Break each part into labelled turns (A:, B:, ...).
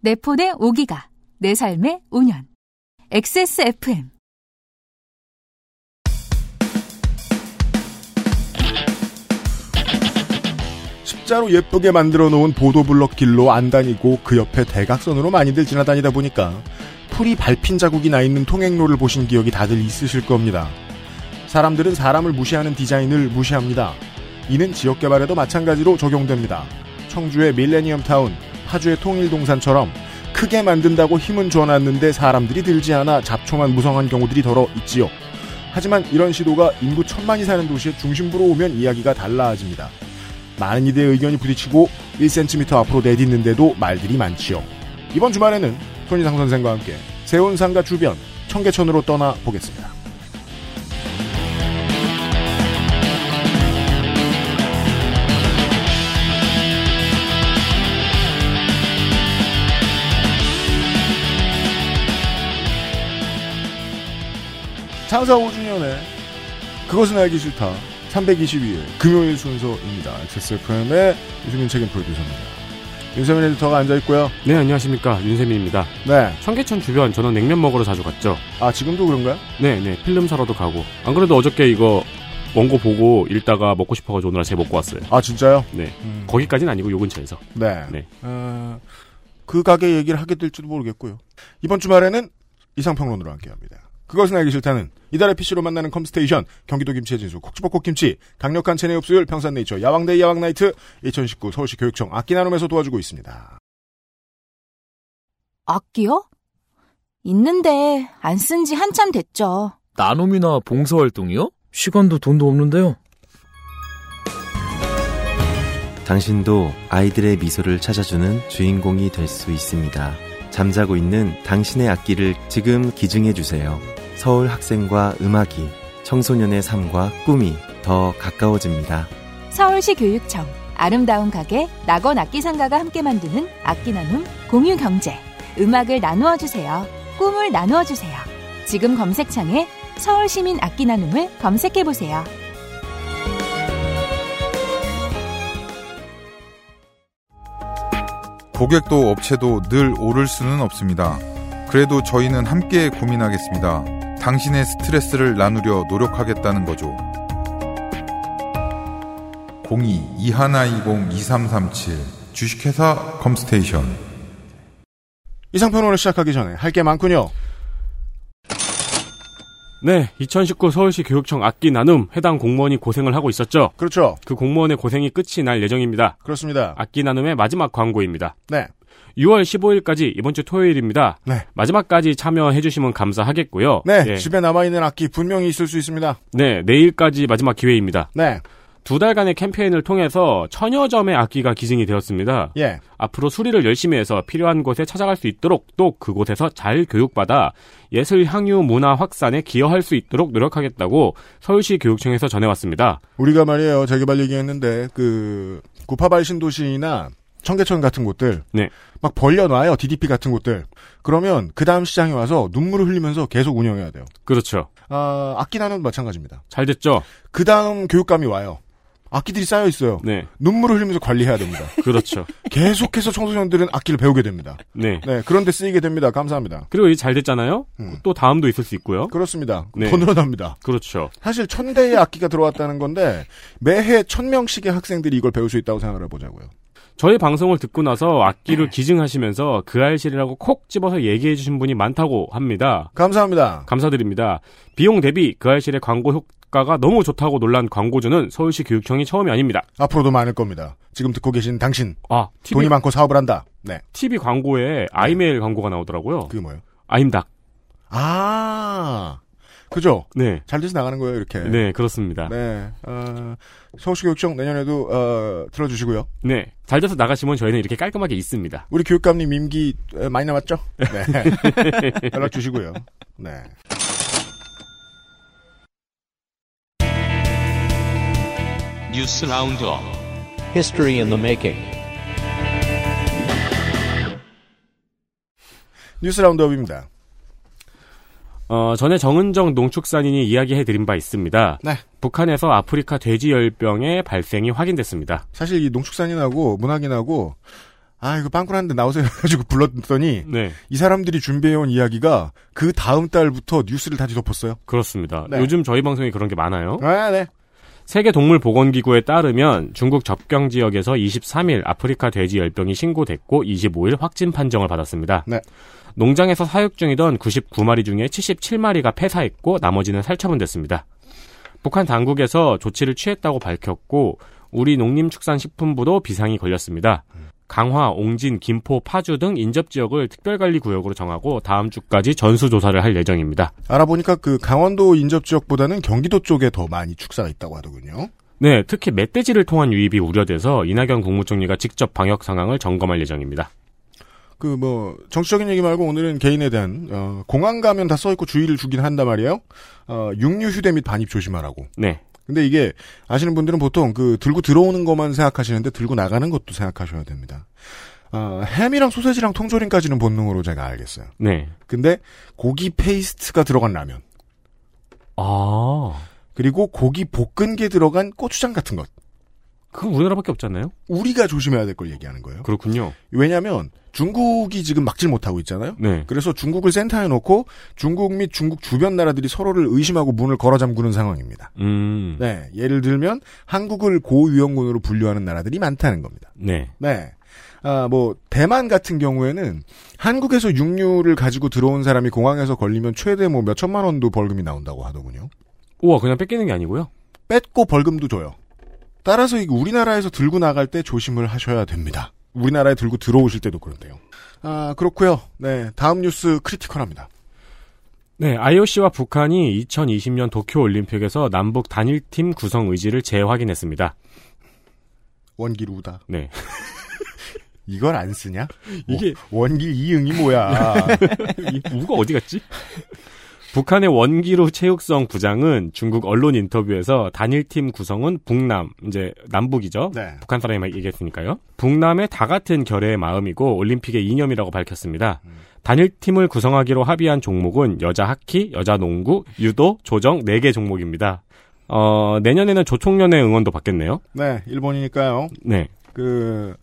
A: 내 폰의 5기가, 내 삶의 5년. XSFM.
B: 십자로 예쁘게 만들어 놓은 보도블럭 길로 안 다니고 그 옆에 대각선으로 많이들 지나다니다 보니까 풀이 밟힌 자국이 나 있는 통행로를 보신 기억이 다들 있으실 겁니다. 사람들은 사람을 무시하는 디자인을 무시합니다. 이는 지역 개발에도 마찬가지로 적용됩니다. 청주의 밀레니엄 타운, 파주의 통일동산처럼 크게 만든다고 힘은 줘놨는데 사람들이 들지 않아 잡초만 무성한 경우들이 더러 있지요. 하지만 이런 시도가 인구 천만이 사는 도시의 중심부로 오면 이야기가 달라집니다. 많은 이들의 의견이 부딪히고 1cm 앞으로 내딛는데도 말들이 많지요. 이번 주말에는 손희상 선생과 함께 세운상가 주변 청계천으로 떠나 보겠습니다. 창사 5주년에 그것은 알기 싫다 322회 금요일 순서입니다. XSFM의 유승민 책임 프로듀서입니다. 윤세민 에디터가 앉아있고요.
C: 네, 안녕하십니까. 윤세민입니다.
B: 네.
C: 청계천 주변 저는 냉면 먹으러 자주 갔죠.
B: 아, 지금도 그런가요?
C: 네, 네. 필름 사러도 가고. 안 그래도 어저께 이거 원고 보고 읽다가 먹고 싶어가지고 오늘 아침에 먹고 왔어요.
B: 아, 진짜요?
C: 네.
B: 음,
C: 거기까지는 아니고 요 근처에서.
B: 네.
C: 네.
B: 어, 그 가게 얘기를 하게 될지도 모르겠고요. 이번 주말에는 이상평론으로 함께합니다. 그것은 알기 싫다는 이달의 PC로 만나는 컴스테이션 경기도 김치의 진수 콕지복콕 김치 강력한 체내 흡수율 평산네이처 야왕데이 야왕나이트 2019 서울시 교육청 악기나눔에서 도와주고 있습니다.
D: 악기요? 있는데 안 쓴 지 한참 됐죠.
E: 나눔이나 봉사활동이요? 시간도 돈도 없는데요.
F: 당신도 아이들의 미소를 찾아주는 주인공이 될 수 있습니다. 잠자고 있는 당신의 악기를 지금 기증해 주세요. 서울 학생과 음악이 청소년의 삶과 꿈이 더 가까워집니다.
D: 서울시 교육청 아름다운 가게 낙원 악기상가가 함께 만드는 악기 나눔 공유 경제 음악을 나누어 주세요. 꿈을 나누어 주세요. 지금 검색창에 서울시민 악기 나눔을 검색해 보세요.
G: 고객도 업체도 늘 오를 수는 없습니다. 그래도 저희는 함께 고민하겠습니다. 당신의 스트레스를 나누려 노력하겠다는 거죠. 02-2120-2337 주식회사 컴스테이션
B: 이상평론을 시작하기 전에 할 게 많군요.
C: 네, 2019 서울시 교육청 악기 나눔 해당 공무원이 고생을 하고 있었죠.
B: 그렇죠.
C: 그 공무원의 고생이 끝이 날 예정입니다.
B: 그렇습니다.
C: 악기 나눔의 마지막 광고입니다.
B: 네.
C: 6월 15일까지 이번 주 토요일입니다.
B: 네.
C: 마지막까지 참여해 주시면 감사하겠고요.
B: 네,
C: 예.
B: 집에 남아있는 악기 분명히 있을 수 있습니다.
C: 네, 내일까지 마지막 기회입니다.
B: 네,
C: 두 달간의 캠페인을 통해서 천여 점의 악기가 기증이 되었습니다.
B: 예,
C: 앞으로 수리를 열심히 해서 필요한 곳에 찾아갈 수 있도록 또 그곳에서 잘 교육받아 예술 향유 문화 확산에 기여할 수 있도록 노력하겠다고 서울시 교육청에서 전해왔습니다.
B: 우리가 말이에요 재개발 얘기했는데 그 구파발 신도시나 청계천 같은 곳들,
C: 네.
B: 막 벌려놔요 DDP 같은 곳들. 그러면 그 다음 시장에 와서 눈물을 흘리면서 계속 운영해야 돼요.
C: 그렇죠.
B: 아, 악기 나눔 마찬가지입니다.
C: 잘 됐죠?
B: 그 다음 교육감이 와요. 악기들이 쌓여 있어요.
C: 네.
B: 눈물을 흘리면서 관리해야 됩니다.
C: 그렇죠.
B: 계속해서 청소년들은 악기를 배우게 됩니다.
C: 네.
B: 네, 그런데 쓰이게 됩니다. 감사합니다.
C: 그리고 이 잘 됐잖아요?
B: 음.
C: 또 다음도 있을 수 있고요.
B: 그렇습니다.
C: 네.
B: 돈으로 납니다.
C: 그렇죠.
B: 사실 천 대의 악기가 들어왔다는 건데 매해 천 명씩의 학생들이 이걸 배울 수 있다고 생각을 해보자고요.
C: 저희 방송을 듣고 나서 악기를 기증하시면서 그 알실이라고 콕 집어서 얘기해 주신 분이 많다고 합니다.
B: 감사합니다.
C: 감사드립니다. 비용 대비 그 알실의 광고 효과가 너무 좋다고 놀란 광고주는 서울시 교육청이 처음이 아닙니다.
B: 앞으로도 많을 겁니다. 지금 듣고 계신 당신
C: 아, TV,
B: 돈이 많고 사업을 한다. 네,
C: TV 광고에 아이메일 광고가 나오더라고요.
B: 그게 뭐예요?
C: 아임닭.
B: 아, 그죠?
C: 네.
B: 잘 돼서 나가는 거예요 이렇게.
C: 네, 그렇습니다. 네.
B: 네, 어, 서울시교육청 내년에도 어, 들어주시고요.
C: 네. 잘 돼서 나가시면 저희는 이렇게 깔끔하게 있습니다.
B: 우리 교육감님 임기 어, 많이 남았죠? 네, 연락 주시고요. 네.
H: 뉴스 라운드업
I: History in the making.
B: 뉴스 라운드업입니다.
C: 어, 전에 정은정 농축산인이 이야기해 드린 바 있습니다.
B: 네.
C: 북한에서 아프리카 돼지열병의 발생이 확인됐습니다.
B: 사실 이 농축산인하고 문학인하고 아 이거 빵꾸났는데 나오세요 해가지고 불렀더니
C: 네.
B: 이 사람들이 준비해온 이야기가 그 다음 달부터 뉴스를 다 뒤덮었어요.
C: 그렇습니다.
B: 네.
C: 요즘 저희 방송에 그런 게 많아요.
B: 아 네.
C: 세계동물보건기구에 따르면 중국 접경 지역에서 23일 아프리카 돼지 열병이 신고됐고 25일 확진 판정을 받았습니다.
B: 네.
C: 농장에서 사육 중이던 99마리 중에 77마리가 폐사했고 나머지는 살처분됐습니다. 북한 당국에서 조치를 취했다고 밝혔고 우리 농림축산식품부도 비상이 걸렸습니다. 강화, 옹진, 김포, 파주 등 인접 지역을 특별관리 구역으로 정하고 다음 주까지 전수 조사를 할 예정입니다.
B: 알아보니까 그 강원도 인접 지역보다는 경기도 쪽에 더 많이 축사가 있다고 하더군요.
C: 네, 특히 멧돼지를 통한 유입이 우려돼서 이낙연 국무총리가 직접 방역 상황을 정검할 예정입니다.
B: 그 뭐 정치적인 얘기 말고 오늘은 개인에 대한 어, 공항 가면 다 써 있고 주의를 주긴 한단 말이에요. 어, 육류 휴대 및 반입 조심하라고.
C: 네,
B: 근데 이게 아시는 분들은 보통 그 들고 들어오는 것만 생각하시는데 들고 나가는 것도 생각하셔야 됩니다. 아, 햄이랑 소세지랑 통조림까지는 본능으로 제가 알겠어요.
C: 네.
B: 근데 고기 페이스트가 들어간 라면
C: 아,
B: 그리고 고기 볶은 게 들어간 고추장 같은 것
C: 그건 우리나라밖에 없잖아요.
B: 우리가 조심해야 될 걸 얘기하는 거예요.
C: 그렇군요.
B: 왜냐하면 중국이 지금 막질 못하고 있잖아요.
C: 네,
B: 그래서 중국을 센터에 놓고 중국 및 중국 주변 나라들이 서로를 의심하고 문을 걸어 잠그는 상황입니다.
C: 음,
B: 네, 예를 들면 한국을 고위험군으로 분류하는 나라들이 많다는 겁니다.
C: 네,
B: 네. 아, 뭐, 대만 같은 경우에는 한국에서 육류를 가지고 들어온 사람이 공항에서 걸리면 최대 뭐 몇천만 원도 벌금이 나온다고 하더군요.
C: 우와, 그냥 뺏기는 게 아니고요.
B: 뺏고 벌금도 줘요. 따라서 이거 우리나라에서 들고 나갈 때 조심을 하셔야 됩니다. 우리나라에 들고 들어오실 때도 그런데요. 아, 그렇고요 네. 다음 뉴스 크리티컬합니다.
C: 네, IOC와 북한이 2020년 도쿄 올림픽에서 남북 단일팀 구성 의지를 재확인했습니다.
B: 원길 우다.
C: 네,
B: 이걸 안 쓰냐?
C: 이게-
B: 오, 원길 이응이 뭐야.
C: 이 우가 어디 갔지? 북한의 원기루 체육성 부장은 중국 언론 인터뷰에서 단일팀 구성은 북남, 이제 남북이죠.
B: 네.
C: 북한 사람이 막 얘기했으니까요. 북남의 다 같은 결의의 마음이고 올림픽의 이념이라고 밝혔습니다. 단일팀을 구성하기로 합의한 종목은 여자 하키, 여자 농구, 유도, 조정 4개 종목입니다. 어, 내년에는 조총련의 응원도 받겠네요.
B: 네. 일본이니까요.
C: 네.
B: 그,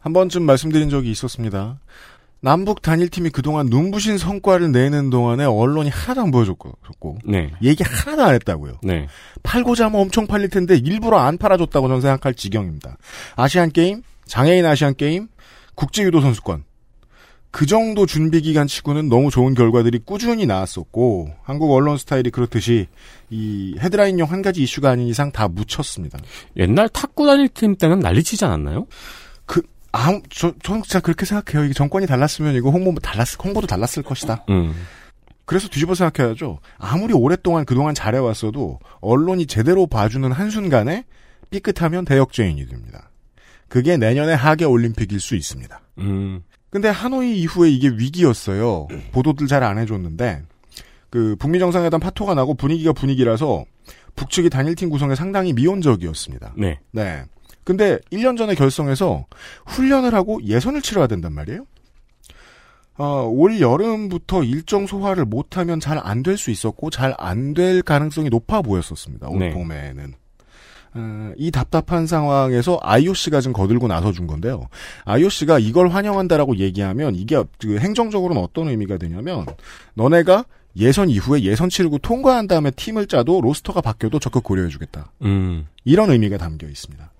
B: 한 번쯤 말씀드린 적이 있었습니다. 남북 단일팀이 그동안 눈부신 성과를 내는 동안에 언론이 하나도 안 보여줬고,
C: 네.
B: 얘기 하나도 안 했다고요.
C: 네.
B: 팔고자 하면 엄청 팔릴 텐데 일부러 안 팔아줬다고 저는 생각할 지경입니다. 아시안게임, 장애인 아시안게임, 국제유도선수권. 그 정도 준비기간 치고는 너무 좋은 결과들이 꾸준히 나왔었고, 한국 언론 스타일이 그렇듯이 이 헤드라인용 한 가지 이슈가 아닌 이상 다 묻혔습니다.
C: 옛날 탁구 단일팀 때는 난리치지 않았나요?
B: 아무 저 저는 진짜 그렇게 생각해요. 이게 정권이 달랐으면 이거 홍보 달랐 홍보도 달랐을 것이다.
C: 음.
B: 그래서 뒤집어 생각해야죠. 아무리 오랫동안 그동안 잘해왔어도 언론이 제대로 봐주는 한 순간에 삐끗하면 대역죄인이 됩니다. 그게 내년에 하계 올림픽일 수 있습니다.
C: 음.
B: 근데 하노이 이후에 이게 위기였어요. 보도들 잘 안 해줬는데 그 북미 정상회담 파토가 나고 분위기가 분위기라서 북측이 단일팀 구성에 상당히 미온적이었습니다.
C: 네.
B: 네. 근데 1년 전에 결성해서 훈련을 하고 예선을 치러야 된단 말이에요. 어, 올 여름부터 일정 소화를 못하면 잘 안 될 수 있었고 잘 안 될 가능성이 높아 보였었습니다. 올
C: 네.
B: 봄에는. 어, 이 답답한 상황에서 IOC가 지금 거들고 나서준 건데요. IOC가 이걸 환영한다라고 얘기하면 이게 그 행정적으로는 어떤 의미가 되냐면 너네가 예선 이후에 예선 치르고 통과한 다음에 팀을 짜도 로스터가 바뀌어도 적극 고려해주겠다.
C: 음.
B: 이런 의미가 담겨 있습니다.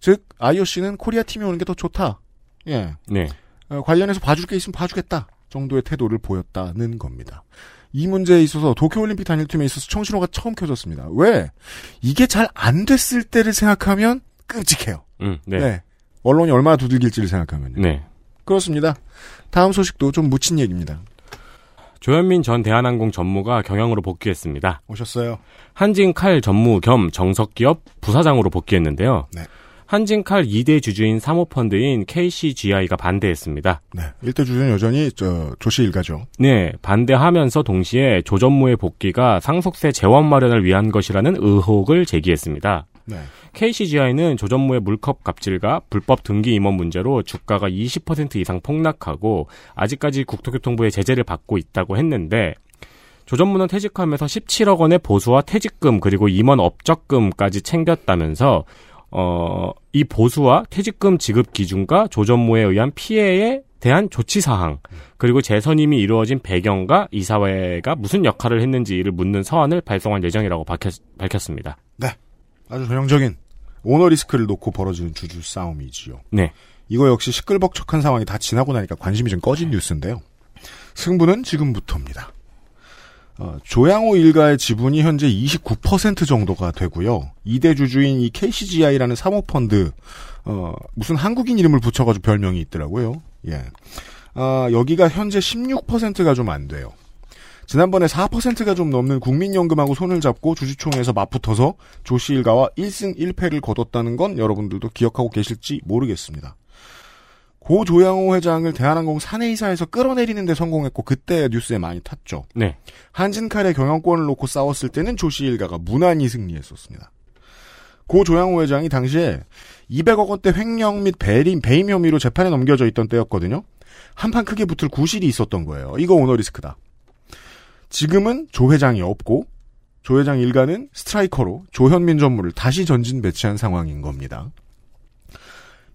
B: 즉 IOC는 코리아 팀이 오는 게 더 좋다. 예.
C: 네.
B: 어, 관련해서 봐줄 게 있으면 봐주겠다 정도의 태도를 보였다는 겁니다. 이 문제에 있어서 도쿄올림픽 단일팀에 있어서 청신호가 처음 켜졌습니다. 왜? 이게 잘 안 됐을 때를 생각하면 끔찍해요.
C: 음. 네.
B: 네. 언론이 얼마나 두들길지를 생각하면요.
C: 네.
B: 그렇습니다. 다음 소식도 좀 묻힌 얘기입니다.
C: 조현민 전 대한항공 전무가 경영으로 복귀했습니다.
B: 오셨어요.
C: 한진칼 전무 겸 정석기업 부사장으로 복귀했는데요.
B: 네.
C: 한진칼 2대 주주인 사모펀드인 KCGI가 반대했습니다.
B: 네. 일대 주주는 여전히 저 조씨 일가죠.
C: 네, 반대하면서 동시에 조 전무의 복귀가 상속세 재원 마련을 위한 것이라는 의혹을 제기했습니다.
B: 네.
C: KCGI는 조전무의 물컵 갑질과 불법 등기 임원 문제로 주가가 20% 이상 폭락하고 아직까지 국토교통부의 제재를 받고 있다고 했는데 조전무는 퇴직하면서 17억 원의 보수와 퇴직금 그리고 임원 업적금까지 챙겼다면서 어, 이 보수와 퇴직금 지급 기준과 조전모에 의한 피해에 대한 조치 사항 그리고 재선임이 이루어진 배경과 이사회가 무슨 역할을 했는지를 묻는 서한을 발송할 예정이라고 밝혔, 밝혔습니다.
B: 네. 아주 전형적인 오너리스크를 놓고 벌어지는 주주 싸움이지요.
C: 네.
B: 이거 역시 시끌벅적한 상황이 다 지나고 나니까 관심이 좀 꺼진 뉴스인데요. 승부는 지금부터입니다. 어, 조양호 일가의 지분이 현재 29% 정도가 되고요. 이대 주주인 이 KCGI라는 사모펀드 어, 무슨 한국인 이름을 붙여가지고 별명이 있더라고요. 예. 아, 여기가 현재 16%가 좀 안 돼요. 지난번에 4%가 좀 넘는 국민연금하고 손을 잡고 주주총회에서 맞붙어서 조씨 일가와 1승 1패를 거뒀다는 건 여러분들도 기억하고 계실지 모르겠습니다. 고 조양호 회장을 대한항공 사내이사에서 끌어내리는 데 성공했고 그때 뉴스에 많이 탔죠.
C: 네.
B: 한진칼의 경영권을 놓고 싸웠을 때는 조씨 일가가 무난히 승리했었습니다. 고 조양호 회장이 당시에 200억 원대 횡령 및 배임, 배임 혐의로 재판에 넘겨져 있던 때였거든요. 한판 크게 붙을 구실이 있었던 거예요. 이거 오너리스크다. 지금은 조 회장이 없고 조 회장 일가는 스트라이커로 조현민 전무를 다시 전진 배치한 상황인 겁니다.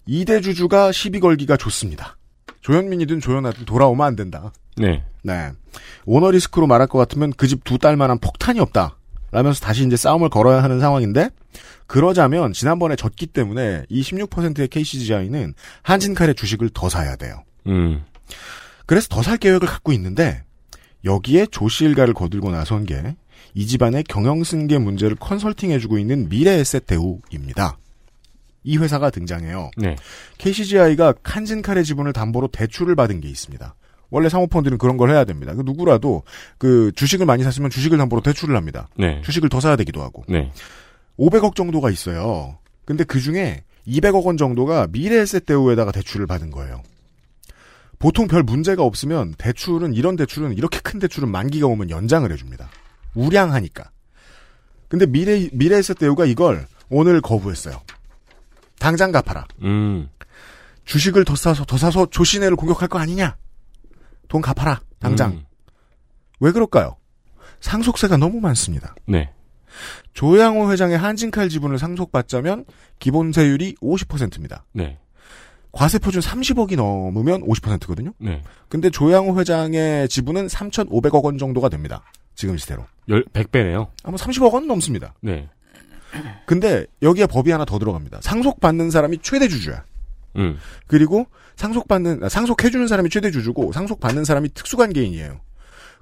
B: 이대 주주가 시비 걸기가 좋습니다. 조현민이든 조현아든 돌아오면 안 된다.
C: 네.
B: 네. 오너리스크로 말할 것 같으면 그 집 두 딸만한 폭탄이 없다. 라면서 다시 이제 싸움을 걸어야 하는 상황인데 그러자면 지난번에 졌기 때문에 이 16%의 KCGI는 한진칼의 주식을 더 사야 돼요.
C: 음.
B: 그래서 더 살 계획을 갖고 있는데 여기에 조씨 일가를 거들고 나선 게 이 집안의 경영승계 문제를 컨설팅해주고 있는 미래에셋 대우입니다. 이 회사가 등장해요.
C: 네.
B: KCGI가 칸진칼의 지분을 담보로 대출을 받은 게 있습니다. 원래 사모펀드는 그런 걸 해야 됩니다. 그 누구라도 그 주식을 많이 샀으면 주식을 담보로 대출을 합니다.
C: 네.
B: 주식을 더 사야 되기도 하고.
C: 네.
B: 500억 정도가 있어요. 근데 그 중에 200억 원 정도가 미래에셋대우에다가 대출을 받은 거예요. 보통 별 문제가 없으면 대출은 이런 대출은 이렇게 큰 대출은 만기가 오면 연장을 해줍니다. 우량하니까. 근데 미래 미래에셋대우가 이걸 오늘 거부했어요. 당장 갚아라.
C: 음.
B: 주식을 더 사서 더 사서 조신애를 공격할 거 아니냐? 돈 갚아라. 당장.
C: 음.
B: 왜 그럴까요? 상속세가 너무 많습니다.
C: 네.
B: 조양호 회장의 한진칼 지분을 상속받자면 기본세율이 50%입니다.
C: 네.
B: 과세표준 30억이 넘으면 50%거든요.
C: 네.
B: 근데 조양호 회장의 지분은 3,500억 원 정도가 됩니다. 지금 시대로.
C: 열, 100배네요.
B: 아마 30억 원 넘습니다.
C: 네.
B: 근데 여기에 법이 하나 더 들어갑니다. 상속받는 사람이 최대 주주야.
C: 음.
B: 그리고 상속받는 아, 상속해주는 사람이 최대 주주고 상속받는 사람이 특수관 개인이에요.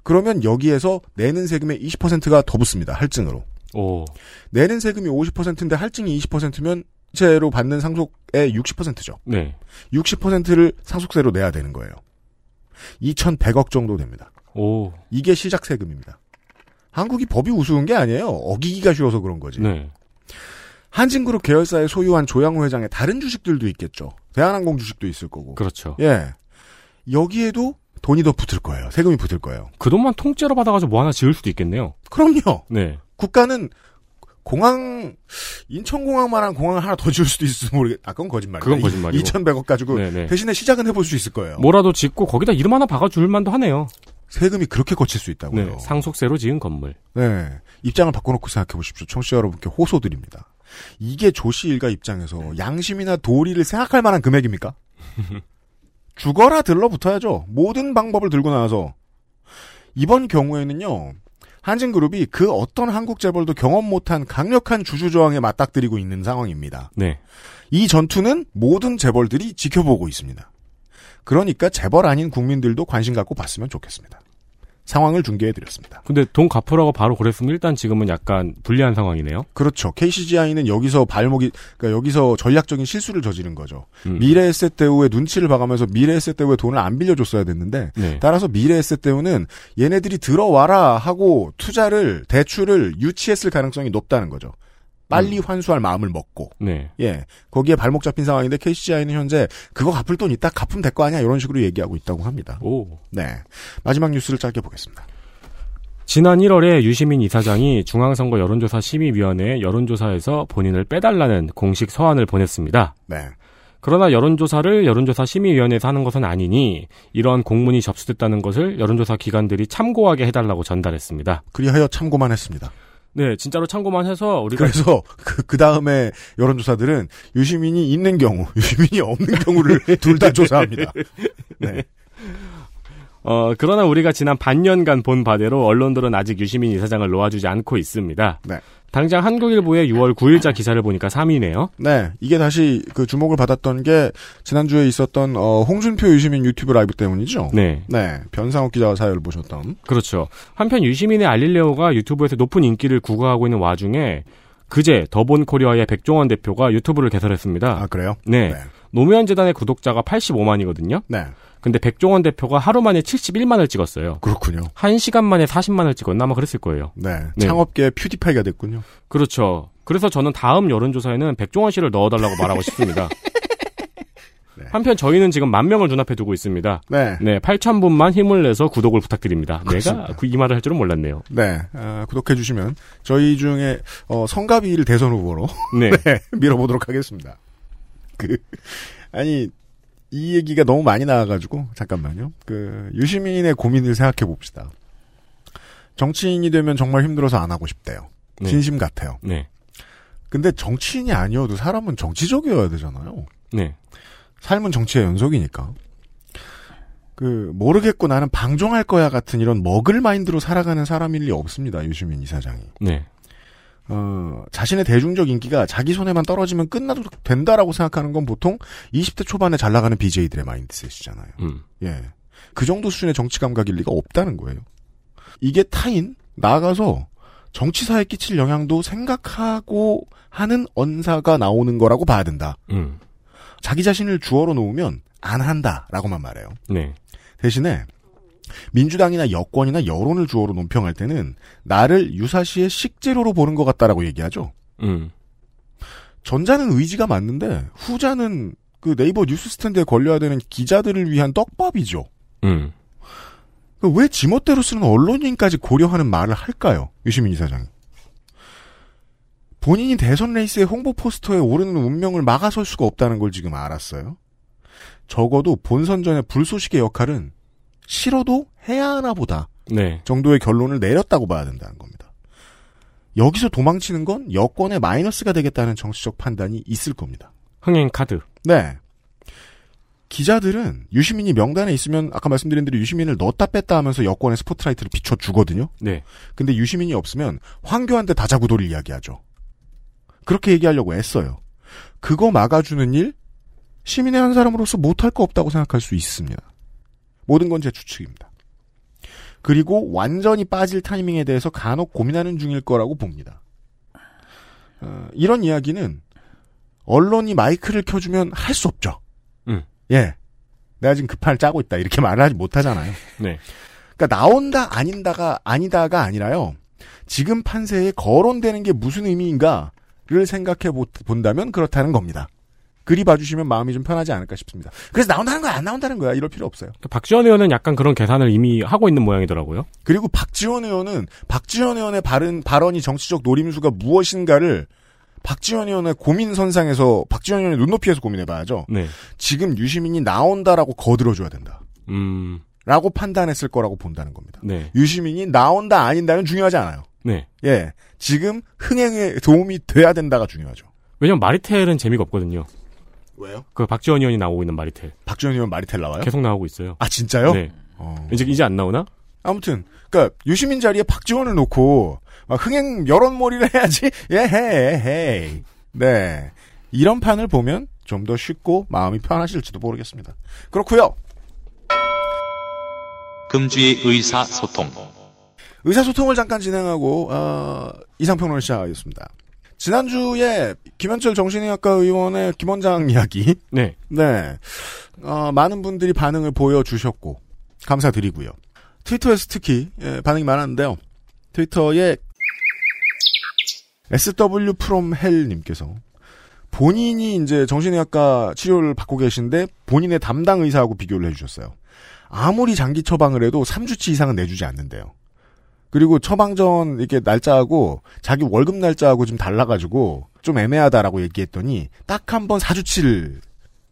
B: 그러면 여기에서 내는 세금의 20%가 더 붙습니다. 할증으로.
C: 오.
B: 내는 세금이 50%인데 할증이 20%면 채로 받는 상속의 60%죠.
C: 네.
B: 60%를 상속세로 내야 되는 거예요. 2,100억 정도 됩니다.
C: 오.
B: 이게 시작 세금입니다. 한국이 법이 우스운 게 아니에요. 어기기가 쉬워서 그런 거지.
C: 네.
B: 한진그룹 계열사에 소유한 조양호 회장의 다른 주식들도 있겠죠. 대한항공 주식도 있을 거고.
C: 그렇죠.
B: 예. 여기에도 돈이 더 붙을 거예요. 세금이 붙을 거예요.
C: 그 돈만 통째로 받아가지고 뭐 하나 지을 수도 있겠네요.
B: 그럼요.
C: 네.
B: 국가는 공항 인천공항만한 공항을 하나 더 지을 수도 있을지 모르겠. 아 그건 거짓말이에요.
C: 그건 거짓말이고.
B: 2,100억 가지고
C: 네네.
B: 대신에 시작은 해볼 수 있을 거예요.
C: 뭐라도 짓고 거기다 이름 하나 박아줄 만도 하네요.
B: 세금이 그렇게 거칠 수
C: 네.
B: 있다고요.
C: 상속세로 지은 건물.
B: 네. 입장을 바꿔놓고 생각해 보십시오. 청취자 여러분께 호소드립니다. 이게 조씨 일가 입장에서 양심이나 도리를 생각할 만한 금액입니까? 죽어라 들러붙어야죠. 모든 방법을 들고 나와서. 이번 경우에는요. 한진그룹이 그 어떤 한국 재벌도 경험 못한 강력한 주주 저항에 맞닥뜨리고 있는 상황입니다.
C: 네.
B: 이 전투는 모든 재벌들이 지켜보고 있습니다. 그러니까 재벌 아닌 국민들도 관심 갖고 봤으면 좋겠습니다. 상황을 중계해드렸습니다.
C: 근데 돈 갚으라고 바로 그랬으면 일단 지금은 약간 불리한 상황이네요.
B: 그렇죠. KCGI는 여기서 발목이 그러니까 여기서 전략적인 실수를 저지른 거죠.
C: 음.
B: 미래에셋 대우의 눈치를 봐가면서 미래에셋 대우의 돈을 안 빌려줬어야 됐는데
C: 네.
B: 따라서 미래에셋 대우는 얘네들이 들어와라 하고 투자를 대출을 유치했을 가능성이 높다는 거죠. 빨리 환수할 마음을 먹고
C: 네.
B: 예 거기에 발목 잡힌 상황인데 KCGI는 현재 그거 갚을 돈 있다 갚으면 될 거 아니야 이런 식으로 얘기하고 있다고 합니다.
C: 오.
B: 네 마지막 뉴스를 짧게 보겠습니다.
C: 지난 1월에 유시민 이사장이 중앙선거 여론조사 심의위원회 여론조사에서 본인을 빼달라는 공식 서한을 보냈습니다.
B: 네
C: 그러나 여론조사를 여론조사 심의위원회에서 하는 것은 아니니 이러한 공문이 접수됐다는 것을 여론조사 기관들이 참고하게 해달라고 전달했습니다.
B: 그리하여 참고만 했습니다.
C: 네, 진짜로 참고만 해서 우리가
B: 그래서 그, 그 다음에 여론조사들은 유시민이 있는 경우, 유시민이 없는 경우를 둘 다 조사합니다. 네.
C: 어, 그러나 우리가 지난 반년간 본 바대로 언론들은 아직 유시민 이사장을 놓아주지 않고 있습니다.
B: 네.
C: 당장 한국일보의 6월 9일자 기사를 보니까 3위네요.
B: 네, 이게 다시 그 주목을 받았던 게 지난주에 있었던 어, 홍준표 유시민 유튜브 라이브 때문이죠.
C: 네.
B: 네, 변상욱 기자와 사회를 보셨던.
C: 그렇죠. 한편 유시민의 알릴레오가 유튜브에서 높은 인기를 구가하고 있는 와중에 그제 더본 코리아의 백종원 대표가 유튜브를 개설했습니다.
B: 아 그래요?
C: 네.
B: 네.
C: 노무현 재단의 구독자가 85만이거든요.
B: 네,
C: 근데 백종원 대표가 하루 만에 71만을 찍었어요.
B: 그렇군요.
C: 한시간 만에 40만을 찍었나 아마 그랬을 거예요.
B: 네,
C: 네.
B: 창업계 퓨디파이가 됐군요.
C: 그렇죠. 그래서 저는 다음 여론조사에는 백종원 씨를 넣어달라고 말하고 싶습니다.
B: 네.
C: 한편 저희는 지금 만 명을 눈앞에 두고 있습니다.
B: 네,
C: 네, 8천 분만 힘을 내서 구독을 부탁드립니다.
B: 그렇습니다.
C: 내가 그- 이 말을 할 줄은 몰랐네요.
B: 네, 아, 구독해 주시면 저희 중에 어, 성가비를 대선 후보로
C: 네,
B: 네, 밀어보도록 하겠습니다. 그 아니 이 얘기가 너무 많이 나와가지고 잠깐만요. 그 유시민의 고민을 생각해 봅시다. 정치인이 되면 정말 힘들어서 안 하고 싶대요.
C: 네.
B: 진심 같아요.
C: 네,
B: 근데 정치인이 아니어도 사람은 정치적이어야 되잖아요.
C: 네,
B: 삶은 정치의 연속이니까. 그 모르겠고 나는 방종할 거야 같은 이런 머글 마인드로 살아가는 사람일 리 없습니다. 유시민 이사장이.
C: 네,
B: 어, 자신의 대중적 인기가 자기 손에만 떨어지면 끝나도 된다라고 생각하는 건 보통 20대 초반에 잘 나가는 BJ들의 마인드셋이잖아요.
C: 음,
B: 예. 그 정도 수준의 정치 감각일 리가 없다는 거예요. 이게 타인, 나아가서 정치사에 끼칠 영향도 생각하고 하는 언사가 나오는 거라고 봐야 된다.
C: 음,
B: 자기 자신을 주어로 놓으면 안 한다라고만 말해요.
C: 네,
B: 대신에 민주당이나 여권이나 여론을 주어로 논평할 때는 나를 유사시의 식재료로 보는 것 같다라고 얘기하죠.
C: 음,
B: 전자는 의지가 맞는데 후자는 그 네이버 뉴스 스탠드에 걸려야 되는 기자들을 위한 떡밥이죠.
C: 음.
B: 그왜 지멋대로 쓰는 언론인까지 고려하는 말을 할까요? 유시민 이사장이. 본인이 대선 레이스의 홍보 포스터에 오르는 운명을 막아설 수가 없다는 걸 지금 알았어요. 적어도 본선 전에 불소식의 역할은 싫어도 해야 하나 보다
C: 네,
B: 정도의 결론을 내렸다고 봐야 된다는 겁니다. 여기서 도망치는 건 여권의 마이너스가 되겠다는 정치적 판단이 있을 겁니다.
C: 흥행 카드.
B: 네. 기자들은 유시민이 명단에 있으면 아까 말씀드린 대로 유시민을 넣었다 뺐다 하면서 여권의 스포트라이트를 비춰주거든요.
C: 네,
B: 근데 유시민이 없으면 황교안대 다자구도를 이야기하죠. 그렇게 얘기하려고 애써요. 그거 막아주는 일 시민의 한 사람으로서 못할 거 없다고 생각할 수 있습니다. 모든 건 제 추측입니다. 그리고 완전히 빠질 타이밍에 대해서 간혹 고민하는 중일 거라고 봅니다. 어, 이런 이야기는 언론이 마이크를 켜주면 할 수 없죠.
C: 음.
B: 예. 내가 지금 급판을 짜고 있다. 이렇게 말하지 못하잖아요.
C: 네,
B: 그러니까 나온다 아닌다가 아니다가 아니라요. 지금 판세에 거론되는 게 무슨 의미인가를 생각해 보- 본다면 그렇다는 겁니다. 그리 봐주시면 마음이 좀 편하지 않을까 싶습니다. 그래서 나온다는 거야 안 나온다는 거야 이럴 필요 없어요.
C: 박지원 의원은 약간 그런 계산을 이미 하고 있는 모양이더라고요.
B: 그리고 박지원 의원은 박지원 의원의 발언, 발언이 정치적 노림수가 무엇인가를 박지원 의원의 고민 선상에서 박지원 의원의 눈높이에서 고민해 봐야죠.
C: 네,
B: 지금 유시민이 나온다라고 거들어줘야 된다라고
C: 음,
B: 판단했을 거라고 본다는 겁니다.
C: 네,
B: 유시민이 나온다 아닌다는 중요하지 않아요.
C: 네.
B: 예. 지금 흥행에 도움이 돼야 된다가 중요하죠.
C: 왜냐면 마리텔은 재미가 없거든요. 왜요? 그 박지원 의원이 나오고 있는 마리텔
B: 박지원 의원 말이 텔 나와요?
C: 계속 나오고 있어요.
B: 아, 진짜요?
C: 네.
B: 어.
C: 이제 이제 안 나오나?
B: 아무튼, 그니까, 유시민 자리에 박지원을 놓고, 막 흥행 여론몰이를 해야지, 예, 해, 해. 네. 이런 판을 보면 좀 더 쉽고 마음이 편하실지도 모르겠습니다. 그렇고요
H: 금주의 의사소통.
B: 의사소통을 잠깐 진행하고 어, 이상평론을 시작하겠습니다. 지난주에 김현철 정신의학과 의원의 김원장 이야기
C: 네,
B: 네. 어, 많은 분들이 반응을 보여주셨고, 감사드리고요. 트위터에서 특히, 예, 반응이 많았는데요. 트위터에 SW 프롬 헬님께서 본인이 이제 정신의학과 치료를 받고 계신데 본인의 담당 의사하고 비교를 해주셨어요. 아무리 장기 처방을 해도 3주치 이상은 내주지 않는데요. 그리고 처방 전 이렇게 날짜하고 자기 월급 날짜하고 좀 달라가지고 좀 애매하다라고 얘기했더니 딱 한 번 4주치를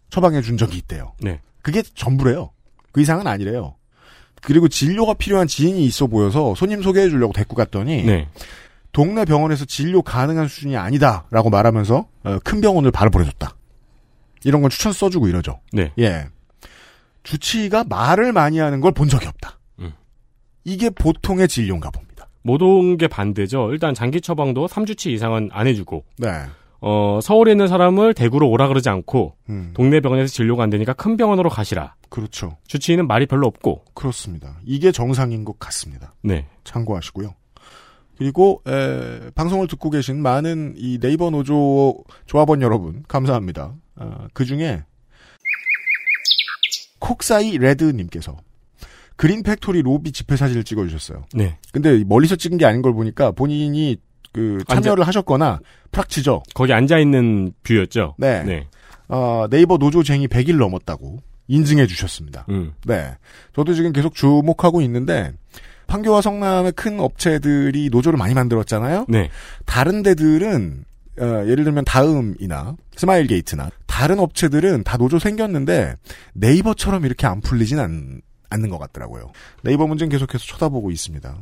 B: 처방해 준 적이 있대요.
C: 네.
B: 그게 전부래요. 그 이상은 아니래요. 예. 그리고 진료가 필요한 지인이 있어 보여서 손님 소개해 주려고 데리고 갔더니
C: 네,
B: 동네 병원에서 진료 가능한 수준이 아니다라고 말하면서 어, 큰 병원을 바로 보내줬다. 이런 건 추천 써주고 이러죠.
C: 네.
B: 예. 주치의가 말을 많이 하는 걸 본 적이 없다.
C: 음.
B: 이게 보통의 진료인가 봅니다.
C: 못 온 게 반대죠. 일단 장기 처방도 3주치 이상은 안 해주고,
B: 네.
C: 어, 서울에 있는 사람을 대구로 오라 그러지 않고,
B: 음,
C: 동네 병원에서 진료가 안 되니까 큰 병원으로 가시라.
B: 그렇죠.
C: 주치의는 말이 별로 없고,
B: 그렇습니다. 이게 정상인 것 같습니다.
C: 네.
B: 참고하시고요. 그리고 에, 방송을 듣고 계신 많은 이 네이버 노조 조합원 여러분 감사합니다. 그 중에 콕사이 레드님께서 그린 팩토리 로비 집회 사진을 찍어주셨어요.
C: 네.
B: 근데 멀리서 찍은 게 아닌 걸 보니까 본인이 그
C: 앉아-
B: 참여를 하셨거나 프락치죠.
C: 거기 앉아있는 뷰였죠?
B: 네. 어, 네이버 노조쟁이 100일 넘었다고 인증해 주셨습니다.
C: 음.
B: 네. 저도 지금 계속 주목하고 있는데, 판교와 성남의 큰 업체들이 노조를 많이 만들었잖아요?
C: 네.
B: 다른 데들은, 어, 예를 들면 다음이나 스마일 게이트나 다른 업체들은 다 노조 생겼는데 네이버처럼 이렇게 안 풀리진 않, 않는 것 같더라고요. 네이버 문제는 계속해서 쳐다보고 있습니다.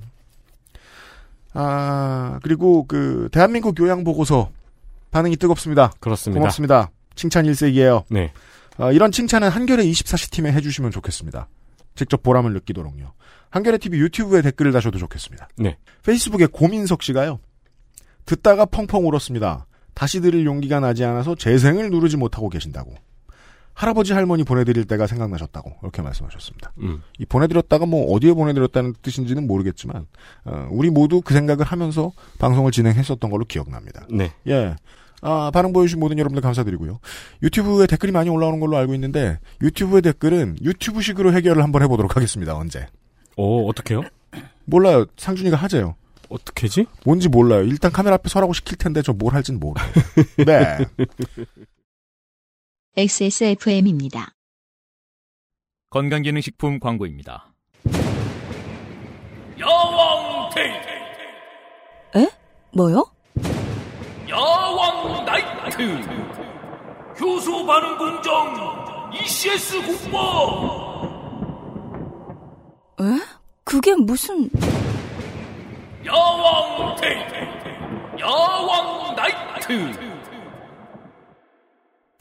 B: 아, 그리고 그, 대한민국 요양보고서 반응이 뜨겁습니다.
C: 그렇습니다.
B: 고맙습니다. 칭찬 일색이에요.
C: 네.
B: 아, 이런 칭찬은 한겨레 24시 팀에 해주시면 좋겠습니다. 직접 보람을 느끼도록요. 한겨레 TV 유튜브에 댓글을 다셔도 좋겠습니다.
C: 네.
B: 페이스북에 고민석 씨가요. 듣다가 펑펑 울었습니다. 다시 들을 용기가 나지 않아서 재생을 누르지 못하고 계신다고. 할아버지 할머니 보내드릴 때가 생각나셨다고 이렇게 말씀하셨습니다.
C: 음.
B: 이 보내드렸다가 뭐 어디에 보내드렸다는 뜻인지는 모르겠지만 어, 우리 모두 그 생각을 하면서 방송을 진행했었던 걸로 기억납니다.
C: 네.
B: 예. 아, 반응 보여주신 모든 여러분들 감사드리고요. 유튜브에 댓글이 많이 올라오는 걸로 알고 있는데, 유튜브의 댓글은 유튜브식으로 해결을 한번 해보도록 하겠습니다, 언제.
C: 오, 어떡해요?
B: 몰라요. 상준이가 하재요.
C: 어떡하지?
B: 뭔지 몰라요. 일단 카메라 앞에 서라고 시킬 텐데, 저 뭘 할진 모르고. 네.
D: XSFM입니다.
J: 건강기능식품 광고입니다.
D: 뭐요?
K: 야왕 나이트 효소 반응 공정 ECS 공모
D: 에? 그게 무슨
K: 야왕 테이트 야왕 나이트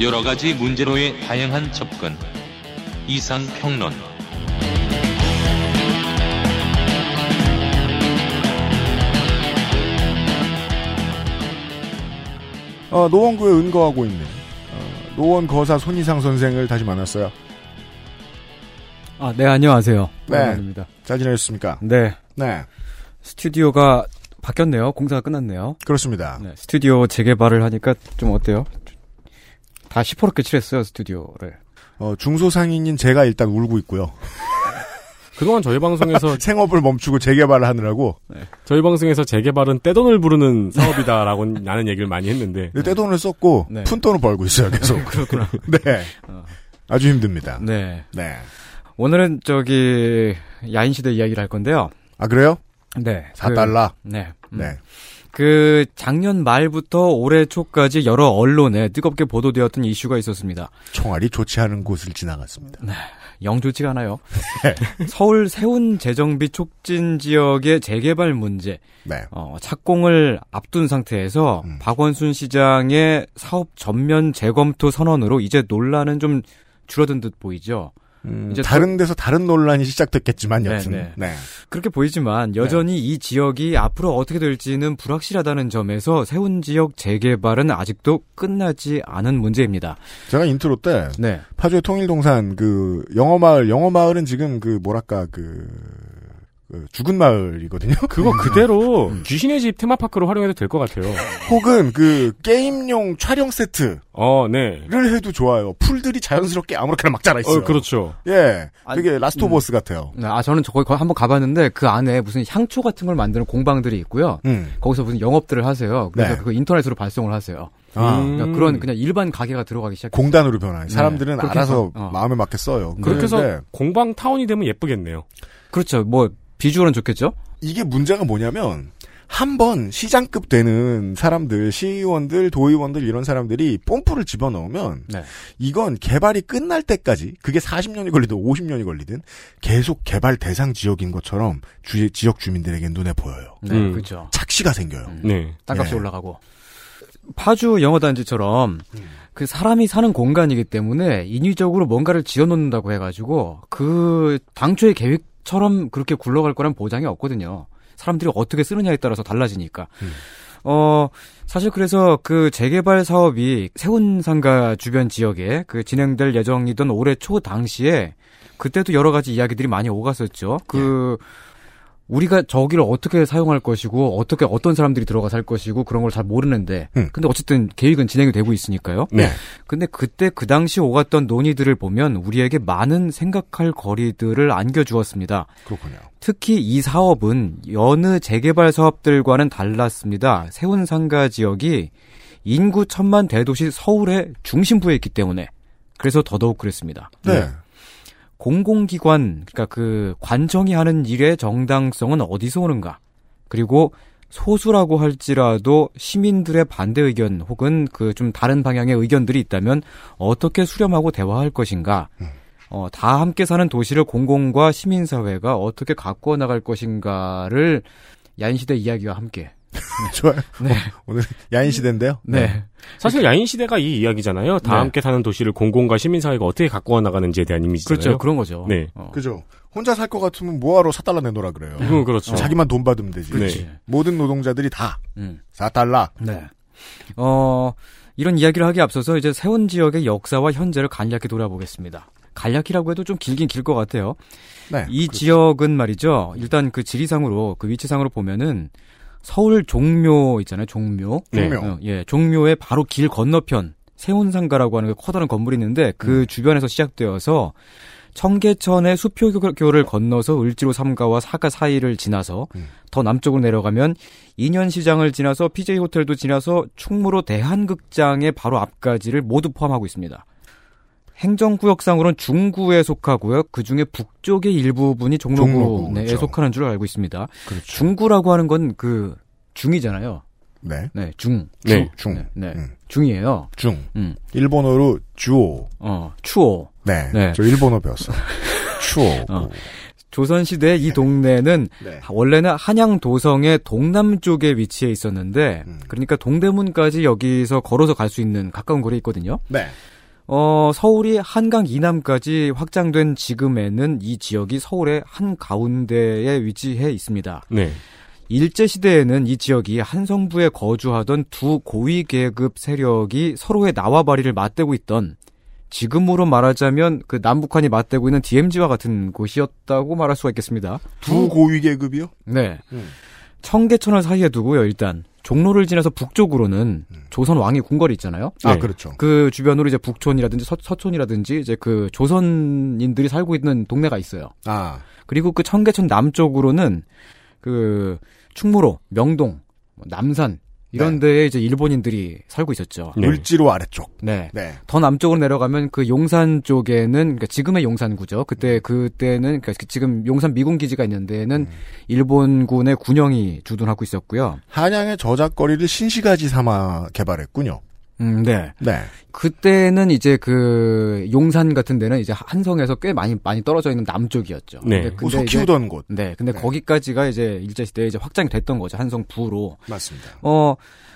H: 여러 가지 문제로의 다양한 접근. 이상 평론.
B: 어, 노원구에 은거하고 있는, 어, 노원 거사 손희상 선생을 다시 만났어요.
L: 아, 네, 안녕하세요.
B: 네.
L: 오랜만입니다.
B: 잘 지내셨습니까?
L: 네.
B: 네.
L: 스튜디오가 바뀌었네요. 공사가 끝났네요.
B: 그렇습니다.
L: 네, 스튜디오 재개발을 하니까 좀 어때요? 다 시퍼렇게 칠했어요, 스튜디오를.
B: 어, 중소상인인 제가 일단 울고 있고요.
C: 그동안 저희 방송에서
B: 생업을 멈추고 재개발을 하느라고
C: 저희 방송에서 재개발은 떼돈을 부르는 사업이다라고 나는 얘기를 많이 했는데
B: 근데 떼돈을 썼고
L: 네.
B: 푼돈을 벌고 있어요 계속.
L: 그렇구나. 어.
B: 네. 아주 힘듭니다.
L: 네.
B: 네.
L: 오늘은 저기, 야인시대 이야기를 할 건데요.
B: 아 그래요?
L: 네.
B: 4달러.
L: 그, 네. 음.
B: 네.
L: 그 작년 말부터 올해 초까지 여러 언론에 뜨겁게 보도되었던 이슈가 있었습니다.
B: 총알이 좋지 않은 곳을 지나갔습니다. 네.
L: 네. 영 좋지가 않아요. 서울 세운 재정비 촉진 지역의 재개발 문제,
B: 네.
L: 어, 착공을 앞둔 상태에서 박원순 시장의 사업 전면 재검토 선언으로 이제 논란은 좀 줄어든 듯 보이죠. 이제
B: 음, 다른 데서 다른 논란이 시작됐겠지만 여튼
L: 네,
B: 네.
L: 그렇게 보이지만 여전히 이 지역이 앞으로 어떻게 될지는 불확실하다는 점에서 세운 지역 재개발은 아직도 끝나지 않은 문제입니다.
B: 제가 인트로 때
L: 네.
B: 파주의 통일동산 그 영어마을 영어마을은 지금 그 뭐랄까 그 그 죽은 마을이거든요.
C: 그거 그대로 귀신의 집 테마파크로 활용해도 될 것 같아요.
B: 혹은 그 게임용 촬영 세트.
C: 어, 네.
B: 를 해도 좋아요. 풀들이 자연스럽게 아무렇게나 막 자라 있어요.
C: 어, 그렇죠.
B: 예. 되게 라스트 오브 어스 같아요.
L: 아 저는 저거 한번 가봤는데 그 안에 무슨 향초 같은 걸 만드는 공방들이 있고요.
B: 음.
L: 거기서 무슨 영업들을 하세요. 어, 그래서
B: 네.
L: 그거 인터넷으로 발송을 하세요.
B: 아.
M: 음.
L: 그러니까 그런 그냥 일반 가게가 들어가기 시작.
B: 공단으로 변화해. 사람들은
L: 그렇게
B: 알아서
L: 해서, 어.
B: 마음에 맞게 써요.
C: 그렇게 해서
B: 그런데
C: 공방 타운이 되면 예쁘겠네요.
L: 그렇죠. 뭐 비주얼은 좋겠죠.
B: 이게 문제가 뭐냐면 한 번 시장급 되는 사람들, 시의원들, 도의원들 이런 사람들이 뽐뿌를 집어넣으면
L: 네.
B: 이건 개발이 끝날 때까지 그게 40년이 걸리든 50년이 걸리든 계속 개발 대상 지역인 것처럼 주, 지역 주민들에게 눈에 보여요.
L: 네,
C: 음.
L: 그렇죠.
B: 착시가 생겨요.
C: 네.
L: 땅값이
B: 예.
L: 올라가고. 파주 영어단지처럼 그 사람이 사는 공간이기 때문에 인위적으로 뭔가를 지어놓는다고 해가지고 그 당초의 계획처럼 그렇게 굴러갈 거란 보장이 없거든요. 사람들이 어떻게 쓰느냐에 따라서 달라지니까. 어, 사실 그래서 그 재개발 사업이 세운상가 주변 지역에 그 진행될 예정이던 올해 초 당시에 그때도 여러 가지 이야기들이 많이 오갔었죠. 그 우리가 저기를 어떻게 사용할 것이고 어떻게 어떤 사람들이 들어가 살 것이고 그런 걸 잘 모르는데
B: 음.
L: 근데 어쨌든 계획은 진행이 되고 있으니까요.
B: 네.
L: 근데 그때 그 당시 오갔던 논의들을 보면 우리에게 많은 생각할 거리들을 안겨주었습니다.
B: 그렇군요.
L: 특히 이 사업은 여느 재개발 사업들과는 달랐습니다. 세운 상가 지역이 인구 천만 대도시 서울의 중심부에 있기 때문에 그래서 더더욱 그랬습니다.
B: 네.
L: 공공기관 그러니까 그 관청이 하는 일의 정당성은 어디서 오는가? 그리고 소수라고 할지라도 시민들의 반대 의견 혹은 그 좀 다른 방향의 의견들이 있다면 어떻게 수렴하고 대화할 것인가? 어, 다 함께 사는 도시를 공공과 시민사회가 어떻게 가꾸어 나갈 것인가를 야인시대 이야기와 함께.
B: 좋아요.
L: 네.
B: 오늘 야인 시대인데요.
L: 네.
C: 사실 야인 시대가 이 이야기잖아요. 다
L: 네.
C: 함께 사는 도시를 공공과 시민 사회가 어떻게 가꾸어 나가는지에 대한 이미지잖아요.
L: 그렇죠. 그런 거죠.
C: 네.
L: 어.
B: 그죠. 혼자 살 것 같으면 뭐하러 사달라 내놓으라 그래요.
C: 음, 그렇죠.
B: 자기만 돈 받으면 되지.
C: 그렇지.
B: 네. 모든 노동자들이 다
L: 음.
B: 4달러.
L: 네. 어, 이런 이야기를 하기 앞서서 이제 세운 지역의 역사와 현재를 간략히 돌아보겠습니다. 간략히라고 해도 좀 길긴 길 것 같아요.
B: 네.
L: 이 지역은 말이죠. 일단 그 지리상으로 그 위치상으로 보면은 서울 종묘 있잖아요. 종묘.
C: 네.
B: 분명.
L: 어, 예, 종묘의 바로 길 건너편 세운상가라고 하는 그 커다란 건물이 있는데 그
B: 음.
L: 주변에서 시작되어서 청계천의 수표교를 건너서 을지로 삼가와 사가 사이를 지나서
B: 음.
L: 더 남쪽으로 내려가면 인현시장을 지나서 PJ 호텔도 지나서 충무로 대한극장의 바로 앞까지를 모두 포함하고 있습니다. 행정구역상으로는 중구에 속하고요. 그 중에 북쪽의 일부분이
B: 종로구,
L: 종로구에 네,
B: 그렇죠.
L: 속하는 줄 알고 있습니다.
B: 그렇죠.
L: 중구라고 하는 건 그 중이잖아요.
B: 네.
L: 네, 중.
C: 네.
B: 중.
L: 네, 네.
B: 음.
L: 중이에요.
B: 중.
L: 음.
B: 일본어로 주오.
L: 어, 추오.
B: 네.
L: 네.
B: 저 일본어 배웠어요. 추오.
L: 어. 조선시대 이 동네는
B: 네.
L: 원래는 한양도성의 동남쪽에 위치해 있었는데,
B: 음.
L: 그러니까 동대문까지 여기서 걸어서 갈 수 있는 가까운 거리에 있거든요.
B: 네.
L: 어, 서울이 한강 이남까지 확장된 지금에는 이 지역이 서울의 한가운데에 위치해 있습니다.
C: 네.
L: 일제시대에는 이 지역이 한성부에 거주하던 두 고위계급 세력이 서로의 나와바리를 맞대고 있던 지금으로 말하자면 그 남북한이 맞대고 있는 DMZ와 같은 곳이었다고 말할 수가 있겠습니다.
B: 두 고위 계급이요?
L: 네.
B: 음.
L: 청계천을 사이에 두고요, 일단. 종로를 지나서 북쪽으로는 조선 왕의 궁궐이 있잖아요.
B: 아,
C: 네.
B: 그렇죠.
L: 그 주변으로 이제 북촌이라든지 서, 서촌이라든지 이제 그 조선인들이 살고 있는 동네가 있어요.
B: 아.
L: 그리고 그 청계천 남쪽으로는 그 충무로, 명동, 뭐 남산 이런 데에 이제 일본인들이 살고 있었죠.
C: 네.
B: 을지로 아래쪽.
L: 네.
B: 네.
L: 더 남쪽으로 내려가면 그 용산 쪽에는 그러니까 지금의 용산구죠. 그때 그때는 그러니까 지금 용산 미군 기지가 있는 데는 일본군의 군영이 주둔하고 있었고요.
B: 한양의 저작거리를 신시가지 삼아 개발했군요.
L: 음, 네.
B: 네.
L: 그때는 이제 그 용산 같은 데는 이제 한성에서 꽤 많이 많이 떨어져 있는 남쪽이었죠.
C: 네.
L: 근데,
B: 소
L: 근데 이제-
B: 키우던 곳.
L: 네. 근데
B: 네.
L: 거기까지가 이제 일제 시대에 이제 확장이 됐던 거죠. 한성 부로.
B: 맞습니다.
L: 어,